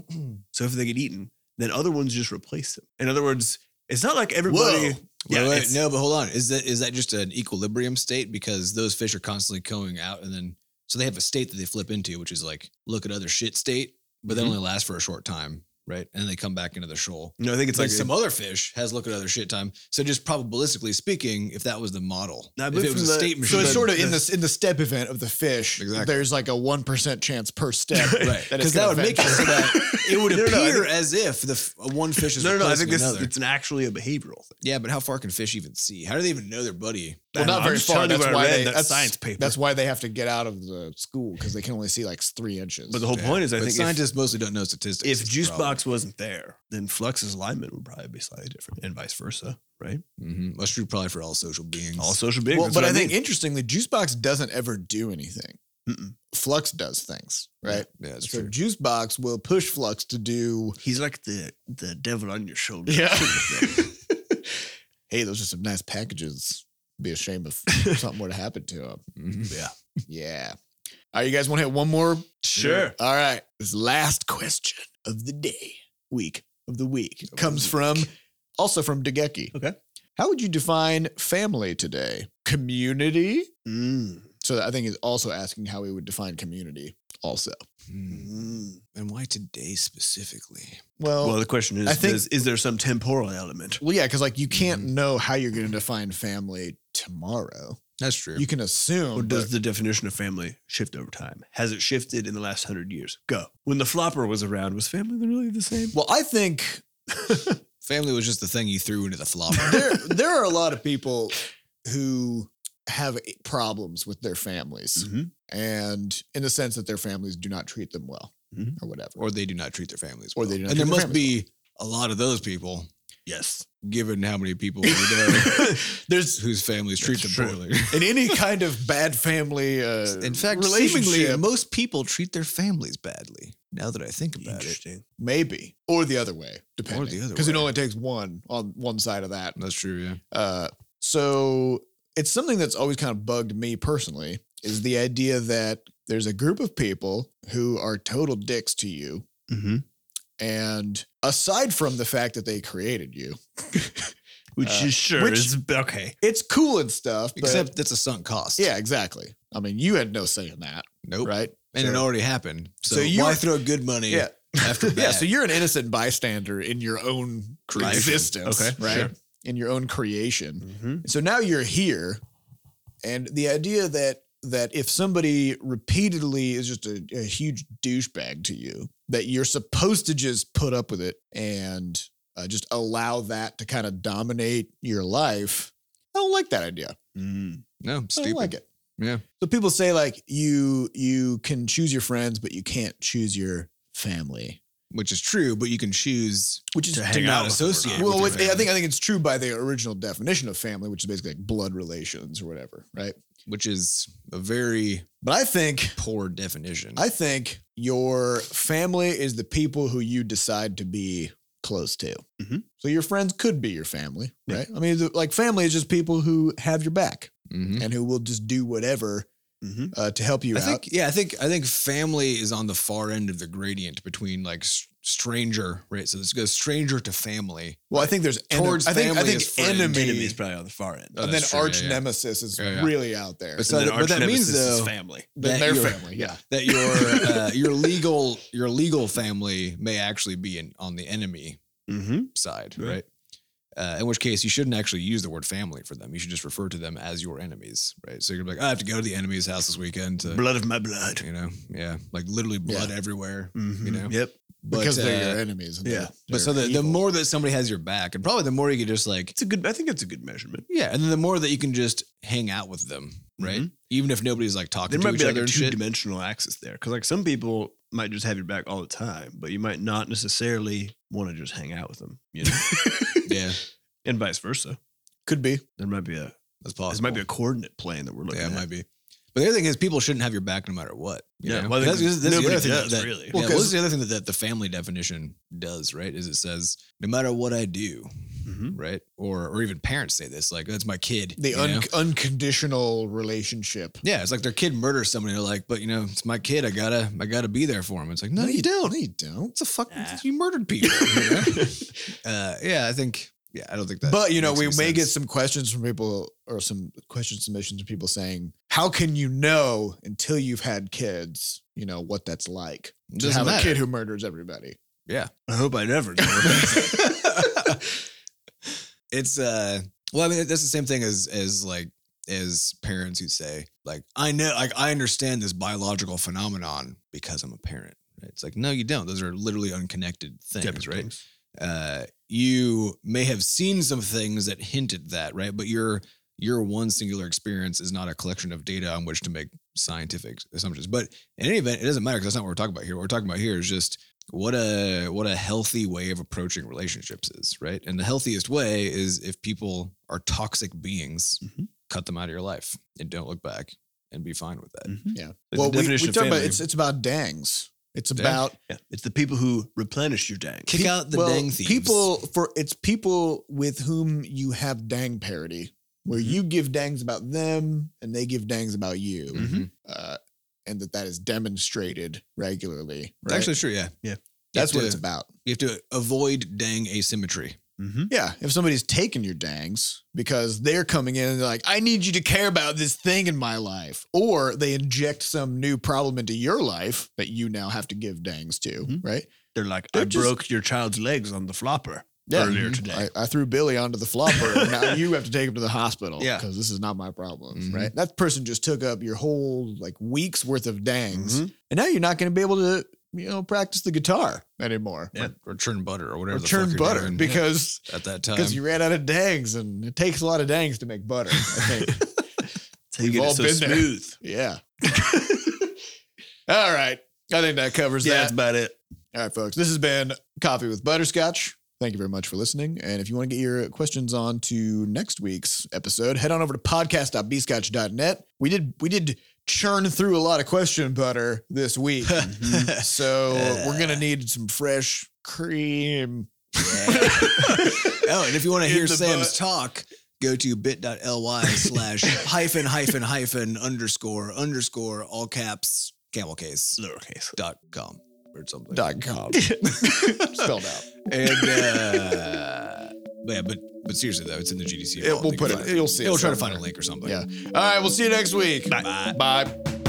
Speaker 2: so if they get eaten, then other ones just replace them. In other words, it's not like everybody.
Speaker 1: Whoa.
Speaker 2: Yeah,
Speaker 3: Wait, wait,
Speaker 2: it's-
Speaker 3: no, but hold on. Is that is that just an equilibrium state because those fish are constantly going out and then so they have a state that they flip into, which is like look at other shit state, but they
Speaker 2: Mhm.
Speaker 3: only last for a short time, right? And then they come back into the shoal.
Speaker 2: No, I think it's
Speaker 3: It's
Speaker 2: like
Speaker 3: like some other fish has look at other shit time. So just probabilistically speaking, if that was the model,
Speaker 2: No, I
Speaker 3: if
Speaker 2: believe
Speaker 3: it was
Speaker 2: from
Speaker 3: a
Speaker 2: the-
Speaker 3: state
Speaker 1: so
Speaker 3: machine,
Speaker 1: it's
Speaker 2: But
Speaker 1: sort of in
Speaker 2: this-
Speaker 1: this in the step event of the fish.
Speaker 3: Exactly.
Speaker 1: There's like a one percent chance per step
Speaker 3: right?
Speaker 1: that it's
Speaker 3: Because that would
Speaker 1: gonna
Speaker 3: make it
Speaker 1: venture.
Speaker 3: so that it would
Speaker 2: No, no, I
Speaker 3: appear
Speaker 2: think-
Speaker 3: as if the f- one fish is
Speaker 2: no, no, no. I think
Speaker 3: replacing
Speaker 2: this
Speaker 3: another.
Speaker 2: it's an actually a behavioral thing.
Speaker 3: yeah, but how far can fish even see? How do they even know their buddy?
Speaker 1: well,
Speaker 2: I'm
Speaker 1: not very
Speaker 2: just
Speaker 1: far.
Speaker 2: telling you
Speaker 1: That's
Speaker 2: what I
Speaker 1: why
Speaker 2: read
Speaker 1: they,
Speaker 2: in that
Speaker 1: that's,
Speaker 2: science paper.
Speaker 1: That's why they have to get out of the school because they can only see like three inches.
Speaker 2: But the whole
Speaker 3: Yeah.
Speaker 2: point is, I
Speaker 3: But
Speaker 2: think if-
Speaker 3: scientists mostly don't know statistics.
Speaker 2: if,
Speaker 3: That's the problem.
Speaker 2: Juicebox wasn't there, then Flux's alignment would probably be slightly different, and vice versa, right?
Speaker 3: hmm That's true, probably for all social beings.
Speaker 2: All social beings.
Speaker 1: well,
Speaker 2: that's
Speaker 1: but
Speaker 2: what
Speaker 1: I think
Speaker 2: mean.
Speaker 1: interestingly, Juicebox doesn't ever do anything.
Speaker 2: Mm-mm.
Speaker 1: Flux does things, right?
Speaker 3: Yeah, that's
Speaker 1: So
Speaker 3: true.
Speaker 1: Juicebox will push Flux to do
Speaker 2: he's like the the devil on your shoulder.
Speaker 1: Yeah. hey, those are some nice packages. Be a shame if something were to happen to them.
Speaker 3: Mhm.
Speaker 1: Yeah. All right, you guys want to hit one more?
Speaker 2: Sure.
Speaker 1: All right. This last question of the day, week of the week,
Speaker 2: the
Speaker 1: comes
Speaker 2: week.
Speaker 1: from also from Degeki.
Speaker 2: Okay.
Speaker 1: How would you define family today? Community?
Speaker 2: Mm.
Speaker 1: So I think he's also asking how we would define community also.
Speaker 3: Mm.
Speaker 2: Mm.
Speaker 3: And why today specifically?
Speaker 1: Well,
Speaker 2: Well,
Speaker 1: well,
Speaker 2: the question is,
Speaker 1: I think-
Speaker 2: is, is there some temporal element?
Speaker 1: yeah, because like you can't
Speaker 2: Mm-hmm.
Speaker 1: know how you're going to define family tomorrow.
Speaker 3: That's true.
Speaker 1: You can assume.
Speaker 2: Or
Speaker 1: but-
Speaker 2: does the definition of family shift over time? Has it shifted in the last hundred years? Go. When the flopper was around, was family really the same?
Speaker 1: well, I think
Speaker 3: Family was just the thing you threw into the flopper.
Speaker 1: there there are a lot of people who have problems with their families,
Speaker 2: Mhm.
Speaker 1: and in the sense that their families do not treat them well
Speaker 2: Mhm.
Speaker 1: or whatever.
Speaker 3: or they do not treat their families.
Speaker 1: Or
Speaker 3: well.
Speaker 1: they do not
Speaker 3: and there
Speaker 1: treat their
Speaker 3: must be a lot of those people,
Speaker 2: Yes.
Speaker 3: given how many people we know
Speaker 2: There's
Speaker 3: whose families treat them
Speaker 2: That's true.
Speaker 3: poorly.
Speaker 1: in any kind of bad family, uh,
Speaker 3: In fact, seemingly
Speaker 1: relationship,
Speaker 3: most people treat their families badly. Now that I think about it,
Speaker 2: interesting.
Speaker 1: maybe, or the other way, depending,
Speaker 3: the other
Speaker 1: because it
Speaker 3: way.
Speaker 1: only takes one on one side of that.
Speaker 3: that's true. Yeah,
Speaker 1: Uh, so it's something that's always kind of bugged me personally is the idea that there's a group of people who are total dicks to you
Speaker 2: Mm-hmm.
Speaker 1: And aside from the fact that they created you,
Speaker 2: Which
Speaker 1: Uh,
Speaker 2: is sure
Speaker 1: which-
Speaker 2: is okay.
Speaker 1: it's cool and stuff. but-
Speaker 3: except that's a sunk cost.
Speaker 1: yeah, exactly. I mean, you had no say in that,
Speaker 3: nope.
Speaker 1: right?
Speaker 3: And it
Speaker 1: So-
Speaker 3: already happened. So,
Speaker 1: So you-
Speaker 3: why throw good money
Speaker 1: yeah,
Speaker 3: after bad?
Speaker 1: yeah. So you're an innocent bystander in your own
Speaker 2: Creation.
Speaker 1: existence,
Speaker 2: Okay,
Speaker 1: right?
Speaker 2: sure.
Speaker 1: In your own creation.
Speaker 2: Mm-hmm.
Speaker 1: So now you're here, and the idea that that if somebody repeatedly is just a, a huge douchebag to you, that you're supposed to just put up with it and uh, just allow that to kind of dominate your life. I don't like that idea.
Speaker 2: Mm-hmm.
Speaker 3: no,
Speaker 1: I
Speaker 3: stupid.
Speaker 1: don't like it.
Speaker 3: Yeah.
Speaker 1: So people say like you you can choose your friends, but you can't choose your family.
Speaker 3: Which is true, but you can choose
Speaker 1: Which is
Speaker 2: To
Speaker 3: to
Speaker 2: hang out
Speaker 3: not
Speaker 2: with
Speaker 3: associate.
Speaker 2: them
Speaker 3: with
Speaker 1: well,
Speaker 3: your
Speaker 1: what they, I
Speaker 3: family,
Speaker 1: think I think it's true by the original definition of family, which is basically like blood relations or whatever, right?
Speaker 3: which is a very
Speaker 1: But I think
Speaker 3: poor definition.
Speaker 1: I think your family is the people who you decide to be close to.
Speaker 3: Mm-hmm.
Speaker 2: Mhm.
Speaker 1: So your friends could be your family,
Speaker 2: Yeah.
Speaker 1: right? I mean, the- like family is just people who have your back
Speaker 3: Mhm.
Speaker 1: and who will just do whatever
Speaker 2: Mm-hmm.
Speaker 1: uh, to help you
Speaker 3: I
Speaker 1: out.
Speaker 3: think yeah, I think I think family is on the far end of the gradient between like s- stranger, right? So this goes stranger to family.
Speaker 1: well, I think there's enem-
Speaker 3: Towards
Speaker 1: I think, I
Speaker 3: family
Speaker 1: think
Speaker 3: is friend.
Speaker 1: enemy-
Speaker 2: Enemy is probably on the far end.
Speaker 3: Oh,
Speaker 1: and then
Speaker 3: that's true, yeah,
Speaker 1: arch
Speaker 3: yeah.
Speaker 1: nemesis is
Speaker 3: Yeah, yeah.
Speaker 1: really out there.
Speaker 3: But so-
Speaker 2: And then
Speaker 3: but that
Speaker 2: arch
Speaker 3: means,
Speaker 2: nemesis is
Speaker 3: though-
Speaker 2: family.
Speaker 1: But
Speaker 3: that
Speaker 1: their
Speaker 3: you're-
Speaker 1: family, yeah.
Speaker 3: That your uh, your legal your legal family may actually be in, on the enemy
Speaker 2: Mm-hmm.
Speaker 3: side,
Speaker 2: Yeah.
Speaker 3: right? Uh, in which case, you shouldn't actually use the word family for them. You should just refer to them as your enemies, right? So you're gonna be like, I have to go to the enemy's house this weekend to,
Speaker 2: Blood of my blood. Mm-hmm.
Speaker 3: you know, yeah, like literally blood everywhere. You know,
Speaker 2: Yep.
Speaker 3: But,
Speaker 1: Because
Speaker 3: uh,
Speaker 1: they're your enemies. and
Speaker 2: yeah.
Speaker 1: they're-
Speaker 3: But so
Speaker 1: they're
Speaker 3: the, the
Speaker 1: evil.
Speaker 3: more that somebody has your back, and probably the more you can just like,
Speaker 2: It's a good. I think it's a good measurement.
Speaker 3: yeah, and then the more that you can just hang out with them, right? Even if nobody's like talking
Speaker 2: Mm-hmm. There
Speaker 3: to
Speaker 2: might
Speaker 3: each
Speaker 2: be like
Speaker 3: other
Speaker 2: a
Speaker 3: and shit.
Speaker 2: two-dimensional axis there, because like some people might just have your back all the time, but you might not necessarily want to just hang out with them. You know.
Speaker 3: yeah,
Speaker 2: and vice versa.
Speaker 1: could be.
Speaker 2: There might be a
Speaker 3: that's
Speaker 2: this
Speaker 3: possible.
Speaker 2: might be a coordinate plane that we're looking
Speaker 3: yeah, it
Speaker 2: at.
Speaker 3: might be. But the other thing is, people shouldn't have your back no matter what. you
Speaker 2: Yeah,
Speaker 3: know?
Speaker 2: well, I think
Speaker 3: that's, that's the
Speaker 2: nobody
Speaker 3: other thing
Speaker 2: does,
Speaker 3: that,
Speaker 2: really.
Speaker 3: Yeah,
Speaker 1: Well,
Speaker 3: well,
Speaker 1: 'cause-
Speaker 3: that's the other thing that, that the family definition does, right? Is it says no matter what I do,
Speaker 2: Mhm.
Speaker 3: right? Or or even parents say this, like that's my kid.
Speaker 1: The
Speaker 3: you know?
Speaker 1: un- unconditional relationship.
Speaker 3: yeah, it's like their kid murders somebody. They're like, but you know, it's my kid. I gotta I gotta be there for him. It's like no, you
Speaker 1: don't. No, you don't.
Speaker 3: It's a fuck.
Speaker 2: Nah.
Speaker 3: You murdered people. you know? uh, yeah, I think. Yeah, I don't think that.
Speaker 1: But you know,
Speaker 3: makes
Speaker 1: we
Speaker 3: any
Speaker 1: may
Speaker 3: sense.
Speaker 1: get some questions from people or some question submissions from people saying, How can you know until you've had kids, you know, what that's like?
Speaker 3: It
Speaker 1: To
Speaker 3: doesn't
Speaker 1: have a
Speaker 3: matter.
Speaker 1: kid who murders everybody.
Speaker 2: I hope I never do.
Speaker 3: it's uh. Well, I mean, that's the same thing as as like as parents who say like I know like I understand this biological phenomenon because I'm a parent. Right? It's like no, you don't. Those are literally unconnected things, right? uh, you may have seen some things that hinted that, right? But your your one singular experience is not a collection of data on which to make scientific assumptions. But in any event, it doesn't matter because that's not what we're talking about here. What we're talking about here is just what a what a healthy way of approaching relationships is, right? And the healthiest way is if people are toxic beings,
Speaker 1: Mm-hmm.
Speaker 2: Mhm.
Speaker 3: cut them out of your life and don't look back and be fine with that.
Speaker 2: Mhm.
Speaker 1: Yeah.
Speaker 2: The
Speaker 1: well, we, we
Speaker 2: definition of
Speaker 1: talk about
Speaker 2: family-
Speaker 1: it's it's about dangs. It's
Speaker 3: Dang.
Speaker 1: about
Speaker 2: Yeah. It's the people who replenish your dang.
Speaker 3: Kick out the
Speaker 1: well,
Speaker 3: dang thieves.
Speaker 1: People for it's people with whom you have dang parody, where
Speaker 3: Mm-hmm.
Speaker 1: you give dangs about them and they give dangs about you,
Speaker 3: Mhm.
Speaker 1: uh, and that that is demonstrated regularly.
Speaker 3: It's
Speaker 1: right?
Speaker 3: actually true. Yeah,
Speaker 2: Yeah.
Speaker 3: You
Speaker 1: that's
Speaker 3: have
Speaker 1: what
Speaker 3: to-
Speaker 1: it's about.
Speaker 3: You have to avoid dang asymmetry.
Speaker 2: Mm-hmm.
Speaker 1: Yeah, if somebody's taking your dangs because they're coming in and they're like, I need you to care about this thing in my life, or they inject some new problem into your life that you now have to give dangs to,
Speaker 2: Mhm.
Speaker 3: Mm-hmm.
Speaker 1: right?
Speaker 2: They're like,
Speaker 1: They're
Speaker 2: I
Speaker 1: just-
Speaker 2: broke your child's legs on the flopper earlier
Speaker 1: Mhm.
Speaker 2: today.
Speaker 1: I, I threw Billy onto the flopper, and now you have to take him to the hospital
Speaker 2: Yeah.
Speaker 1: because this is not my problem,
Speaker 3: Mhm.
Speaker 1: right? That person just took up your whole like week's worth of dangs,
Speaker 3: Mm-hmm.
Speaker 2: Mhm.
Speaker 1: and now you're not going to be able to, you know, practice the guitar anymore.
Speaker 2: Yeah.
Speaker 3: or churn butter or whatever.
Speaker 1: Or
Speaker 3: the
Speaker 1: churn
Speaker 3: fuck you're
Speaker 1: butter
Speaker 3: doing Um,
Speaker 1: because
Speaker 3: at that time.
Speaker 1: because you ran out of dangs and it takes a lot of dangs to make butter. I think.
Speaker 2: So you
Speaker 1: We've
Speaker 2: get it
Speaker 1: all
Speaker 2: so
Speaker 1: been there.
Speaker 2: smooth.
Speaker 1: Yeah. All right. I think that covers
Speaker 2: Yeah, that's
Speaker 1: that.
Speaker 2: about it.
Speaker 1: All right, folks. This has been Coffee with Butterscotch. Thank you very much for listening. And if you want to get your questions on to next week's episode, head on over to podcast.bscotch.net. We did we did churn through a lot of question butter this week. so we're gonna need some fresh cream.
Speaker 3: oh, and if you want to
Speaker 2: In
Speaker 3: hear
Speaker 2: the butt.
Speaker 3: Sam's talk, go to bit.ly slash hyphen hyphen hyphen underscore underscore all caps camel case
Speaker 2: Lowercase.
Speaker 3: dot com or something.
Speaker 1: Dot com. Spelled out.
Speaker 3: And uh, yeah, but but seriously though, it's in the GDC.
Speaker 1: It, we'll put it. You'll see.
Speaker 3: We'll
Speaker 1: it
Speaker 3: try to
Speaker 1: somewhere.
Speaker 3: find a link or something.
Speaker 1: Yeah. All right. We'll see you next week.
Speaker 3: Bye.
Speaker 1: Bye.